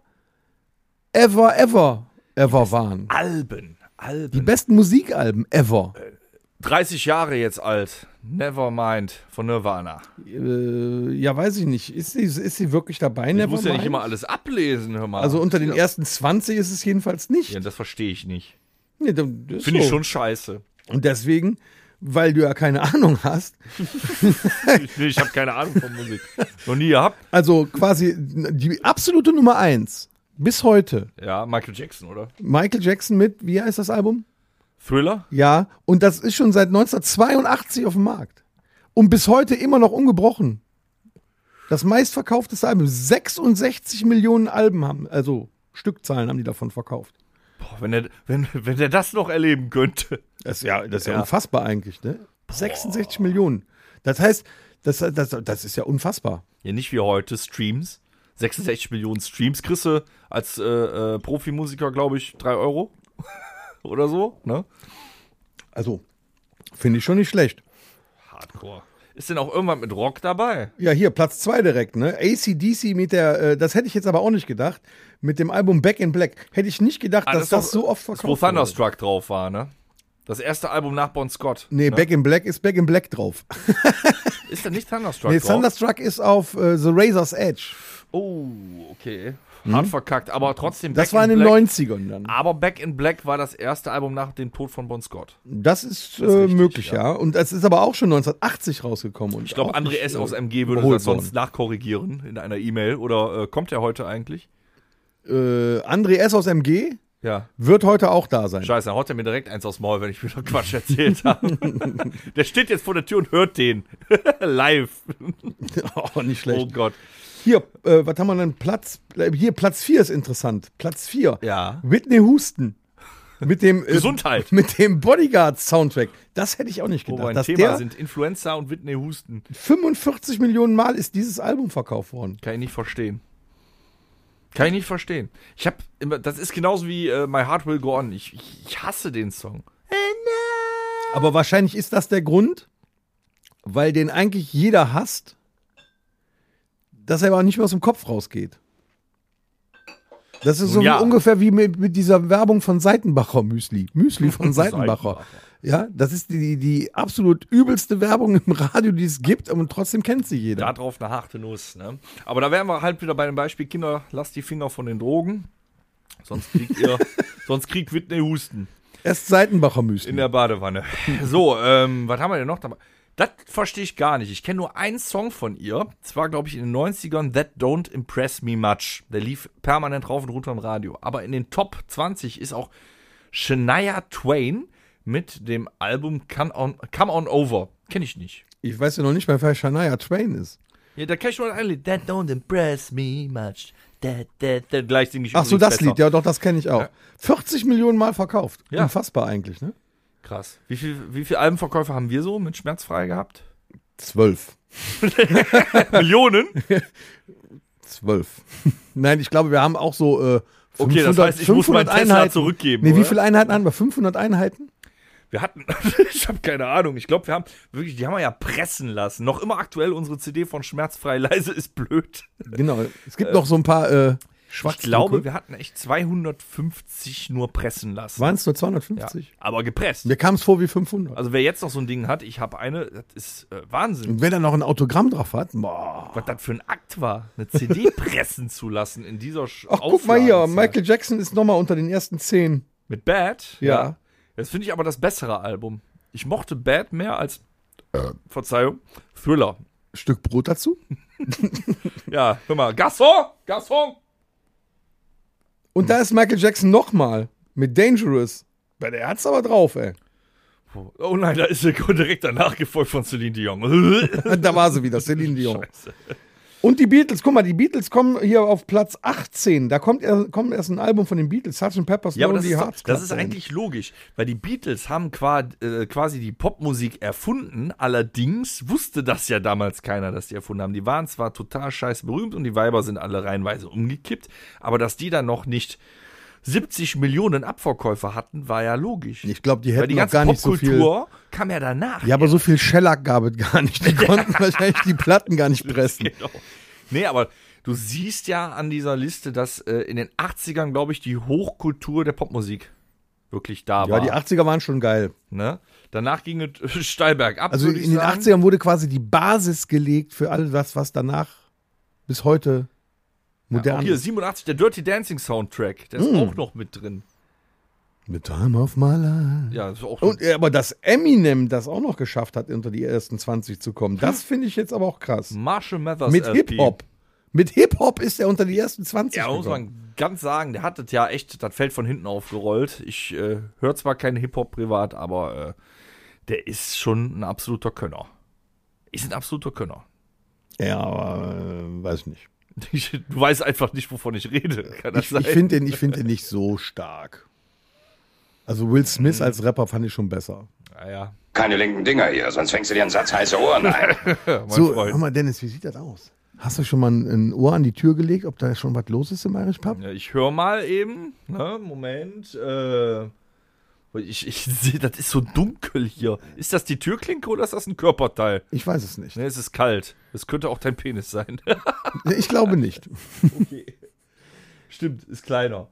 B: ever, ever, ever waren.
A: Alben.
B: Die
A: Alben.
B: besten Musikalben ever.
A: 30 Jahre jetzt alt. Nevermind von Nirvana.
B: Äh, ja, weiß ich nicht. Ist sie, ist sie wirklich dabei?
A: Ich muss ja nicht immer alles ablesen, hör mal.
B: Also unter den ersten 20 ist es jedenfalls nicht.
A: ja, das verstehe ich nicht.
B: Nee, dann- das ist
A: Finde ich
B: so.
A: schon scheiße.
B: Und deswegen, weil du ja keine Ahnung hast,
A: Ich, nee, ich habe keine Ahnung von Musik. Noch nie gehabt.
B: also quasi die absolute Nummer 1 bis heute.
A: Ja, Michael Jackson, oder?
B: Michael Jackson mit, wie heißt das Album?
A: Thriller?
B: Ja, und das ist schon seit 1982 auf dem Markt. Und bis heute immer noch ungebrochen. Das meistverkaufteste Album. 66 Millionen Alben haben, also Stückzahlen haben die davon verkauft.
A: Boah, wenn er, wenn, wenn er das noch erleben könnte.
B: Das, ja, das ist ja,
A: Ja.
B: unfassbar eigentlich, ne? 66 Millionen. Das heißt, das, das, das ist ja unfassbar.
A: Ja, nicht wie heute, Streams. 66 Millionen Streams kriegst du als äh, äh, Profimusiker, glaube ich, 3 Euro oder so. Ne?
B: Also, finde ich schon nicht schlecht.
A: Hardcore. Ist denn auch irgendwann mit Rock dabei?
B: Ja, hier, Platz 2 direkt, ne? ACDC mit der, äh, das hätte ich jetzt aber auch nicht gedacht, mit dem Album Back in Black. Hätte ich nicht gedacht, dass das,
A: Ah, ist doch-
B: so oft
A: ist,
B: verkauft
A: Wo
B: wurde.
A: Thunderstruck drauf war, ne? Das erste Album nach Bon Scott.
B: Nee,
A: ne?
B: Back in Black ist Back in Black drauf.
A: Ist da nicht Thunderstruck
B: Nee,
A: drauf?
B: Thunderstruck ist auf äh, The Razor's Edge.
A: oh, okay. Hart verkackt, aber trotzdem
B: Hm? Das
A: Back
B: war in
A: in
B: den
A: Black. Ah.
B: 90ern dann.
A: Aber Back in Black war das erste Album nach dem Tod von Bon Scott.
B: Das
A: ist
B: ist, äh,
A: richtig,
B: möglich,
A: ja.
B: ja. Und es ist aber auch schon 1980 rausgekommen. Und
A: Ich glaube, André S. aus MG würde
B: äh, überholt
A: das sonst
B: worden.
A: nachkorrigieren in einer E-Mail. Oder äh, kommt er heute eigentlich?
B: Äh, André S. aus MG
A: Ja.
B: wird heute auch da sein.
A: Scheiße, dann haut er mir direkt eins aufs Maul, wenn ich wieder Quatsch erzählt habe. der steht jetzt vor der Tür und hört den. Live.
B: oh, nicht
A: Oh
B: schlecht.
A: Gott.
B: Hier, äh, was haben wir denn? Platz, äh, hier, Platz 4 ist interessant. Platz 4.
A: Ja.
B: Whitney Houston. Mit dem, äh,
A: Gesundheit.
B: Mit dem Bodyguard-Soundtrack. Das hätte ich auch nicht
A: Wo
B: gedacht.
A: wir ein
B: dass
A: Oh, Thema
B: der
A: sind. Influenza und Whitney Houston.
B: 45 Millionen Mal ist dieses Album verkauft worden.
A: Kann ich nicht verstehen. Kann ich nicht verstehen. Ich hab immer, das ist genauso wie äh, My Heart Will Go On. Ich, ich, ich hasse den Song.
B: Aber wahrscheinlich ist das der Grund, weil den eigentlich jeder hasst, dass er aber nicht mehr aus dem Kopf rausgeht. Das ist so
A: Ja.
B: wie, ungefähr wie mit, mit dieser Werbung von Seitenbacher Müsli. Müsli von Seitenbacher.
A: Seitenbacher.
B: Ja, das ist die, die absolut übelste Werbung im Radio, die es gibt, und trotzdem kennt sie jeder.
A: Darauf eine harte Nuss. Ne? Aber da wären wir halt wieder bei dem Beispiel, Kinder, lasst die Finger von den Drogen. Sonst kriegt ihr, sonst kriegt Whitney Houston
B: Erst Seitenbacher Müsli.
A: in der Badewanne. So, ähm, was haben wir denn noch dabei? Das verstehe ich gar nicht. Ich kenne nur einen Song von ihr. Das war, glaube ich, in den 90ern, That Don't Impress Me Much. Der lief permanent rauf und runter im Radio. Aber in den Top 20 ist auch Shania Twain mit dem Album Come On, Come on Over. Kenne ich nicht.
B: ich weiß ja noch nicht mal, wer Shania Twain ist.
A: Ja, da kenn ich nur ein Lied. That don't impress me much. That, that, that. Gleich sing ich
B: Ach so,
A: übrigens
B: das
A: besser.
B: Lied, ja doch, das kenne ich auch. 40 Millionen Mal verkauft.
A: Ja.
B: Unfassbar eigentlich, ne?
A: Krass. Wie viel, wie viel Albenverkäufe haben wir so mit Schmerzfrei gehabt?
B: Zwölf.
A: Millionen?
B: Zwölf. Nein, ich glaube, wir haben auch so äh, 500,
A: Okay, das heißt, ich muss meinen Tesla
B: Einheiten.
A: zurückgeben,
B: Nee, wie
A: oder?
B: viele Einheiten haben wir? 500 Einheiten?
A: Wir hatten, ich habe keine Ahnung. Ich glaube, wir haben wirklich, die haben wir ja pressen lassen. Noch immer aktuell unsere CD von Schmerzfrei leise ist blöd.
B: Genau. Es gibt noch so ein paar äh,
A: Ich glaube, wir hatten echt 250 nur pressen lassen.
B: waren es nur
A: Ja,
B: 250.
A: aber gepresst.
B: Mir kam es vor wie 500.
A: Also wer jetzt noch so ein Ding hat, ich habe eine, das ist äh, Wahnsinn.
B: Und wenn er noch ein Autogramm drauf hat, boah.
A: Was das für ein Akt war, eine CD pressen zu lassen in dieser Sch
B: Ach, guck mal hier,
A: Auflagenzahl.
B: Michael Jackson ist nochmal unter den ersten zehn.
A: Mit Bad?
B: Ja.
A: Das finde ich aber das bessere Album. Ich mochte Bad mehr als, Verzeihung, Thriller.
B: Stück Brot dazu.
A: Ja, hör mal, Gasson, Gasson.
B: Und da ist Michael Jackson nochmal mit Dangerous. Bei der hat's aber drauf, ey.
A: Oh nein, da ist er direkt danach gefolgt von Celine Dion.
B: Da war sie wieder, Celine Dion. Und die Beatles, guck mal, die Beatles kommen hier auf Platz 18. Da kommt, er, kommt erst ein Album von den Beatles, Sgt. Pepper's
A: Ja, aber das
B: Lonely
A: ist, doch,
B: Hearts Club
A: das ist
B: Band.
A: eigentlich logisch, weil die Beatles haben qua, äh, quasi die Popmusik erfunden, allerdings wusste das ja damals keiner, dass die erfunden haben. Die waren zwar total scheiß berühmt und die Weiber sind alle reihenweise umgekippt, aber dass die dann noch nicht 70 Millionen Abverkäufe hatten, war ja logisch.
B: Ich glaube, die
A: weil
B: hätten
A: die
B: noch
A: ganze
B: gar nicht so viel.
A: Popkultur kam ja danach.
B: Ja, aber so viel Shellac gab es gar nicht. Die konnten wahrscheinlich die Platten gar nicht pressen.
A: Genau. Nee, aber du siehst ja an dieser Liste, dass äh, in den 80ern, glaube ich, die Hochkultur der Popmusik wirklich da
B: Ja,
A: war.
B: die 80er waren schon geil.
A: Ne? Danach ging es äh, steil bergab.
B: Also
A: würd ich
B: in den
A: sagen.
B: 80ern wurde quasi die Basis gelegt für all das, was danach bis heute
A: Ja, auch
B: modern Mm.
A: hier,
B: ist.
A: 87, der Dirty Dancing Soundtrack. Der ist auch noch mit drin.
B: The time of my life.
A: Ja, ist auch
B: Und, äh, aber dass Eminem das auch noch geschafft hat, unter die ersten 20 zu kommen, das finde ich jetzt aber auch krass.
A: Marshall Mathers.
B: Mit
A: LP.
B: Hip-Hop. Mit Hip-Hop ist er unter die ersten 20
A: Ja, muss
B: gekommen.
A: man ganz sagen, der hat das ja echt, das Feld von hinten aufgerollt. Ich äh, höre zwar keinen Hip-Hop privat, aber äh, der ist schon ein absoluter Könner. Ist ein absoluter Könner.
B: Ja, aber äh, weiß ich nicht.
A: Ich, du weißt einfach nicht, wovon ich rede. Kann das
B: Ich,
A: sein?
B: ich finde den, ich find den nicht so stark. Also Will Smith
A: Mhm.
B: als Rapper fand ich schon besser.
A: ah, ja.
G: Keine linken Dinger hier, sonst fängst du dir einen Satz heiße Ohren ein.
A: mein
B: So,
A: Freund.
B: hör mal, Dennis, wie sieht das aus? Hast du schon mal ein, ein Ohr an die Tür gelegt, ob da schon was los ist im Irish Pub?
A: Ja, ich höre mal eben. Ne? Moment. Äh, ich ich sehe, das ist so dunkel hier. Ist das die Türklinke oder ist das ein Körperteil?
B: Ich weiß es nicht.
A: Ne, es ist kalt. Es könnte auch dein Penis sein.
B: Ich glaube nicht.
A: okay. Stimmt, ist kleiner.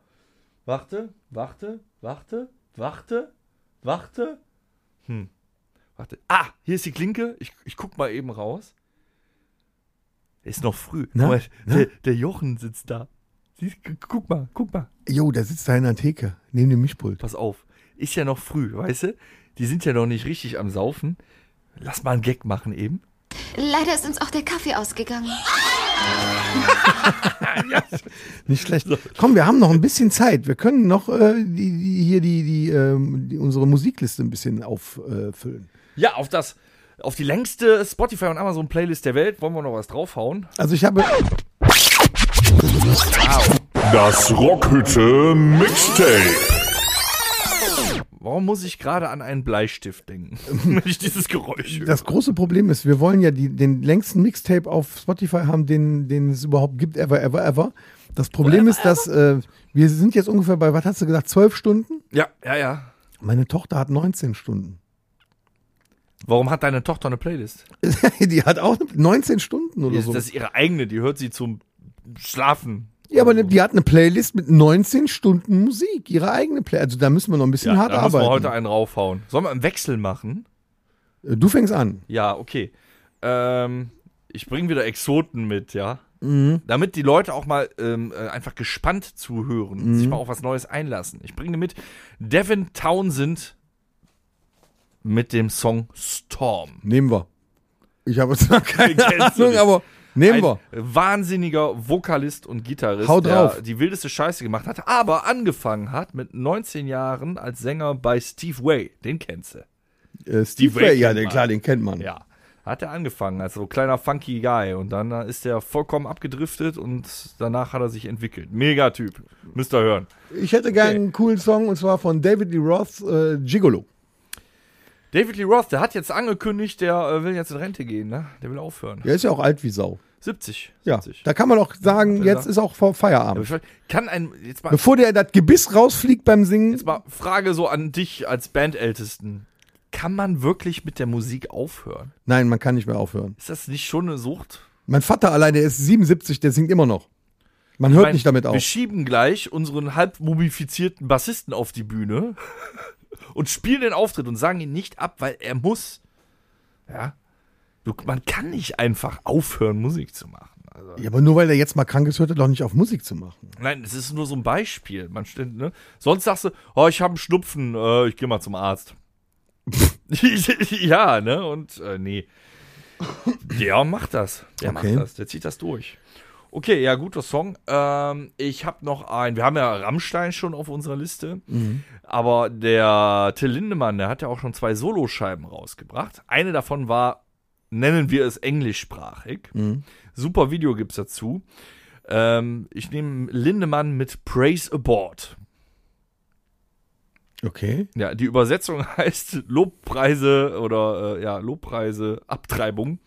A: Warte, warte, warte, warte, warte. Hm. Warte. Ah, hier ist die Klinke. Ich, ich guck mal eben raus. Ist noch früh.
B: Na?
A: Moment, Der, der Jochen sitzt da. Siehst, guck mal, guck mal.
B: Jo, der sitzt da in der Theke, neben dem Mischpult.
A: pass auf, ist ja noch früh, weißt du? Die sind ja noch nicht richtig am Saufen. Lass mal einen Gag machen eben.
E: Leider ist uns auch der Kaffee ausgegangen.
B: Nicht schlecht. Komm, wir haben noch ein bisschen Zeit. Wir können noch äh, die, die, hier die, die, ähm, die, unsere Musikliste ein bisschen auffüllen.
A: Ja, auf das, auf die längste Spotify und Amazon Playlist der Welt wollen wir noch was draufhauen.
B: Also ich habe.
C: Das Rockhütte Mixtape.
A: Warum muss ich gerade an einen Bleistift denken, wenn ich dieses Geräusch höre?
B: Das große Problem ist, wir wollen ja die, den längsten Mixtape auf Spotify haben, den, den es überhaupt gibt, ever, ever, ever. Das Problem ist, dass äh, wir sind jetzt ungefähr bei, was hast du gesagt, zwölf Stunden?
A: Ja, ja, ja.
B: Meine Tochter hat 19 Stunden.
A: Warum hat deine Tochter eine Playlist?
B: die hat auch 19 Stunden oder
A: Das
B: so.
A: ist ihre eigene, die hört sie zum Schlafen.
B: Ja, aber die hat eine Playlist mit 19 Stunden Musik, ihre eigene Playlist. Also da müssen wir noch ein bisschen hart
A: da müssen wir heute
B: arbeiten. Äh,
A: einen raufhauen. Sollen wir einen Wechsel machen?
B: du fängst an.
A: Ja, okay. Ähm, ich bringe wieder Exoten mit, ja. Damit die Leute auch mal ähm, äh, einfach gespannt zuhören, und sich mal auf was Neues einlassen. Ich bringe mit Devin Townsend mit dem Song Storm.
B: Nehmen wir. Ich habe zwar keine
A: Kennst du
B: Ahnung,
A: nicht.
B: aber nehmen
A: Ein
B: wir.
A: wahnsinniger Vokalist und Gitarrist,
B: Hau drauf.
A: der die wildeste Scheiße gemacht hat, aber angefangen hat mit 19 Jahren als Sänger bei Steve Way. Den kennst du.
B: Äh, Steve,
A: Ray
B: Ray, ja,
A: kennt
B: den,
A: man.
B: klar, den kennt man.
A: Ja. Hat er angefangen als so kleiner funky Guy und dann ist er vollkommen abgedriftet und danach hat er sich entwickelt. Mega Typ. Müsst ihr hören.
B: Ich hätte gerne einen coolen Song und zwar von David Lee Roth, äh, Gigolo.
A: David Lee Roth, der hat jetzt angekündigt, der äh, will jetzt in Rente gehen, ne? Der will aufhören.
B: Der ist ja auch alt wie Sau.
A: 70.
B: Ja,
A: 70.
B: da kann man auch sagen,
A: Hat er
B: jetzt
A: gesagt.
B: ist auch vor
A: Aber
B: Feierabend.
A: ich- Kann ein, jetzt mal,
B: Bevor der das Gebiss rausfliegt beim Singen,
A: jetzt mal Frage so an dich als Bandältesten. Kann man wirklich mit der Musik aufhören?
B: nein, man kann nicht mehr aufhören.
A: Ist das nicht schon eine Sucht?
B: Mein Vater allein, der ist 77, der singt immer noch. Man hört
A: mein,
B: nicht damit
A: Wir
B: auf.
A: schieben gleich unseren halb mumifizierten Bassisten auf die Bühne und spielen den Auftritt und sagen ihn nicht ab, weil er muss. Ja. Du, man kann nicht einfach aufhören, Musik zu machen. Also,
B: Ja, aber nur weil er jetzt mal krank ist, hört er doch nicht auf Musik zu machen.
A: nein, es ist nur so ein Beispiel. Man steht, ne? Sonst sagst du, oh, ich habe einen Schnupfen, äh, ich gehe mal zum Arzt. ja, ne? Und äh, nee. Der macht das. Der
B: Okay.
A: macht das. Der zieht das durch. Okay, ja, guter Song. Ähm, ich habe noch einen. Wir haben ja Rammstein schon auf unserer Liste. Aber der Till Lindemann, der hat ja auch schon zwei Soloscheiben rausgebracht. Eine davon war, nennen wir es englischsprachig. Super Video gibt's dazu. Ähm, ich nehme Lindemann mit Praise Aboard.
B: Okay.
A: Ja, die Übersetzung heißt Lobpreise oder äh, ja, Lobpreise, Abtreibung.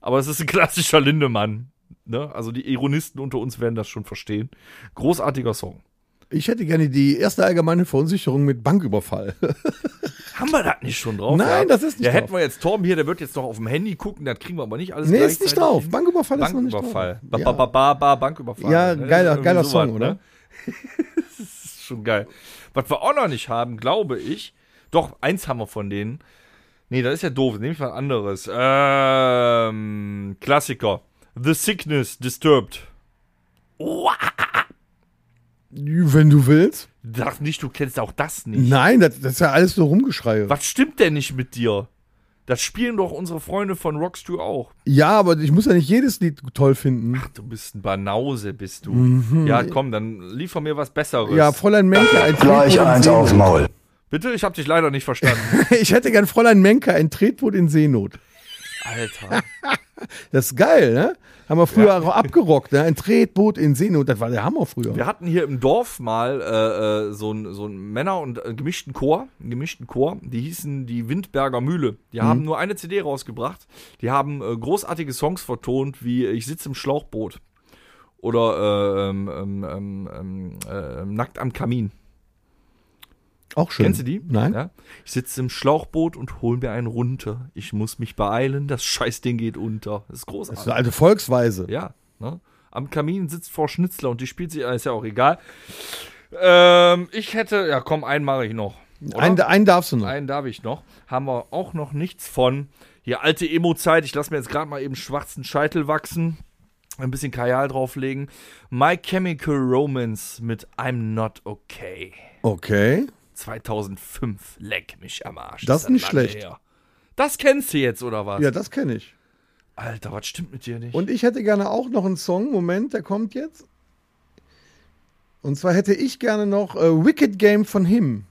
A: Aber es ist ein klassischer Lindemann. Ne? Also die Ironisten unter uns werden das schon verstehen. Großartiger Song.
B: Ich hätte gerne die erste allgemeine Verunsicherung mit Banküberfall.
A: Haben wir das nicht schon drauf?
B: Nein, das ist nicht
A: Ja, hätten
B: drauf.
A: wir jetzt Torben hier, der wird jetzt noch auf dem Handy gucken, das kriegen wir aber nicht alles
B: Nee, ist nicht
A: gleichzeitig
B: drauf.
A: hin.
B: Banküberfall,
A: Banküberfall.
B: ist noch
A: Ba,
B: nicht
A: ba,
B: drauf.
A: ba, ba, ba, Banküberfall.
B: Ja,
A: ne?
B: geiler-
A: Irgendwie
B: geiler
A: sowas,
B: Song, oder?
A: Ne? das ist schon geil. Was wir auch noch nicht haben, glaube ich. Doch, eins haben wir von denen. Nee, das ist ja doof. Nehme ich mal ein anderes. Ähm, Klassiker. The Sickness Disturbed.
B: Ja. Wenn du willst.
A: Sag nicht, du kennst auch das nicht.
B: Nein, das, das ist ja alles nur Rumgeschrei.
A: Was stimmt denn nicht mit dir? Das spielen doch unsere Freunde von Rockstew auch.
B: Ja, aber ich muss ja nicht jedes Lied toll finden.
A: Du bist ein Banause, bist du. Ja, komm, dann liefer mir was Besseres.
B: Ja, Fräulein Menke, ein
F: Gleich
B: in
F: eins aufs
B: Seenot.
F: Maul.
A: Bitte? Ich hab dich leider nicht verstanden.
B: Ich hätte gern Fräulein Menke, ein Tretboot in Seenot.
A: Alter.
B: Das ist geil, ne? Haben wir früher auch abgerockt, ne? Ein Tretboot in Seenot, das war der Hammer früher.
A: Wir hatten hier im Dorf mal äh, äh, so einen so einen Männer- und äh, gemischten Chor, einen gemischten Chor, die hießen die Windberger Mühle. Die haben nur eine CD rausgebracht. Die haben äh, großartige Songs vertont, wie Ich sitze im Schlauchboot oder äh, ähm, ähm, ähm, ähm, äh, Nackt am Kamin.
B: Auch schön.
A: Kennst du die?
B: Genau. Nein.
A: Ja. Ich sitze im Schlauchboot und hol mir einen runter. Ich muss mich beeilen, das Scheißding geht unter. Das ist großartig.
B: Das ist eine alte Volksweise.
A: Ja, ne? Am Kamin sitzt Frau Schnitzler und die spielt sich, ist ja auch egal. Ähm, ich hätte, ja komm, einen mache ich noch. oder?
B: Einen, einen darfst du noch.
A: einen darf ich noch. Haben wir auch noch nichts von. Hier, alte Emo-Zeit. Ich lasse mir jetzt gerade mal eben schwarzen Scheitel wachsen. Ein bisschen Kajal drauflegen. My Chemical Romance mit I'm Not Okay.
B: Okay.
A: 2005. Leck mich am Arsch.
B: Das ist nicht
A: lange
B: schlecht.
A: her. Das kennst du jetzt, oder was?
B: Ja, das kenne ich.
A: Alter, was stimmt mit dir nicht?
B: Und ich hätte gerne auch noch einen Song. Moment, der kommt jetzt. Und zwar hätte ich gerne noch äh, Wicked Game von Him.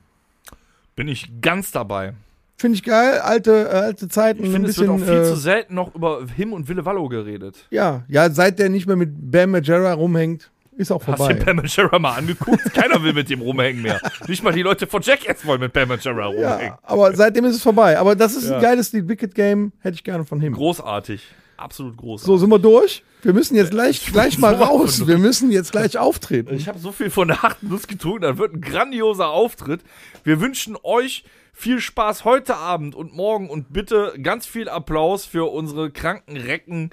A: Bin ich ganz dabei.
B: Finde ich geil, alte, äh, alte Zeiten.
A: Ich finde,
B: ein
A: es wird auch
B: bisschen,
A: viel
B: äh,
A: zu selten noch über Him und Wille Wallo geredet.
B: Ja, ja, seit der nicht mehr mit Bam Majera rumhängt. Ist auch
A: Hast du dir
B: vorbei.
A: Pam and Jarrah mal angeguckt? Keiner will mit dem rumhängen mehr. Nicht mal die Leute von Jackass wollen mit Pam and Jarrah rumhängen.
B: Ja, aber seitdem ist es vorbei. Aber das ist ein geiles Lied. Wicked Game hätte ich gerne von ihm.
A: Großartig. Absolut großartig.
B: So, sind wir durch? Wir müssen jetzt gleich, gleich mal
A: sowas von
B: raus.
A: durch.
B: Wir müssen jetzt gleich auftreten.
A: Ich habe so viel von der harten Nuss getrunken, das wird ein grandioser Auftritt. Wir wünschen euch viel Spaß heute Abend und morgen und bitte ganz viel Applaus für unsere kranken Recken.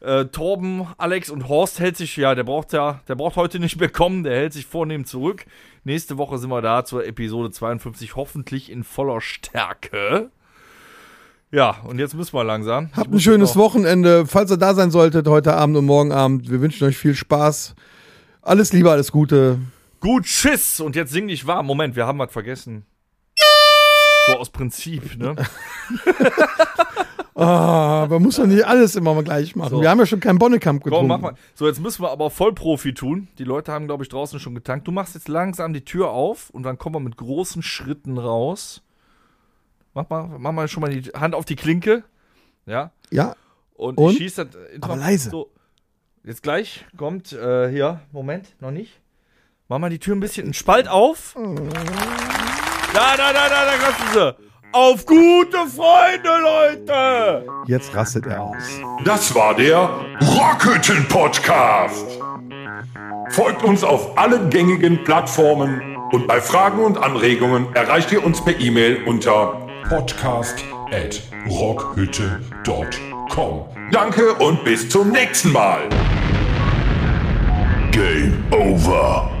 A: Äh, Torben, Alex und Horst hält sich, ja, der braucht ja, der braucht heute nicht mehr kommen, der hält sich vornehm zurück. Nächste Woche sind wir da zur Episode 52, hoffentlich in voller Stärke. Ja, und jetzt müssen wir langsam.
B: Habt ein schönes
A: Wochenende.
B: Wochenende. Falls ihr da sein solltet, heute Abend und morgen Abend. Wir wünschen euch viel Spaß. Alles Liebe, alles Gute.
A: Gut, tschüss. Und jetzt sing ich wahr. Moment, wir haben was vergessen. So aus Prinzip, ne?
B: Aber Ah, man muss doch nicht alles immer mal gleich machen.
A: So.
B: Wir haben ja schon keinen Bonnekamp getrunken.
A: Komm, mach mal. So, jetzt müssen wir aber Vollprofi tun. Die Leute haben, glaube ich, draußen schon getankt. Du machst jetzt langsam die Tür auf und dann kommen wir mit großen Schritten raus. Mach mal, mach mal schon mal die Hand auf die Klinke. Ja.
B: Ja,
A: Und,
B: Und?
A: ich schieße das. Intro-
B: Aber leise.
A: So. Jetzt gleich kommt äh, hier. Moment, noch nicht. Mach mal die Tür ein bisschen einen Spalt auf.
B: Mhm.
A: Da, da, da, da, da kannst du sie. Auf gute Freunde, Leute!
B: jetzt rastet er aus.
C: Das war der Rockhütten Podcast. Folgt uns auf allen gängigen Plattformen und bei Fragen und Anregungen erreicht ihr uns per E-Mail unter podcast@rockhütte.com. Danke und bis zum nächsten Mal. Game over.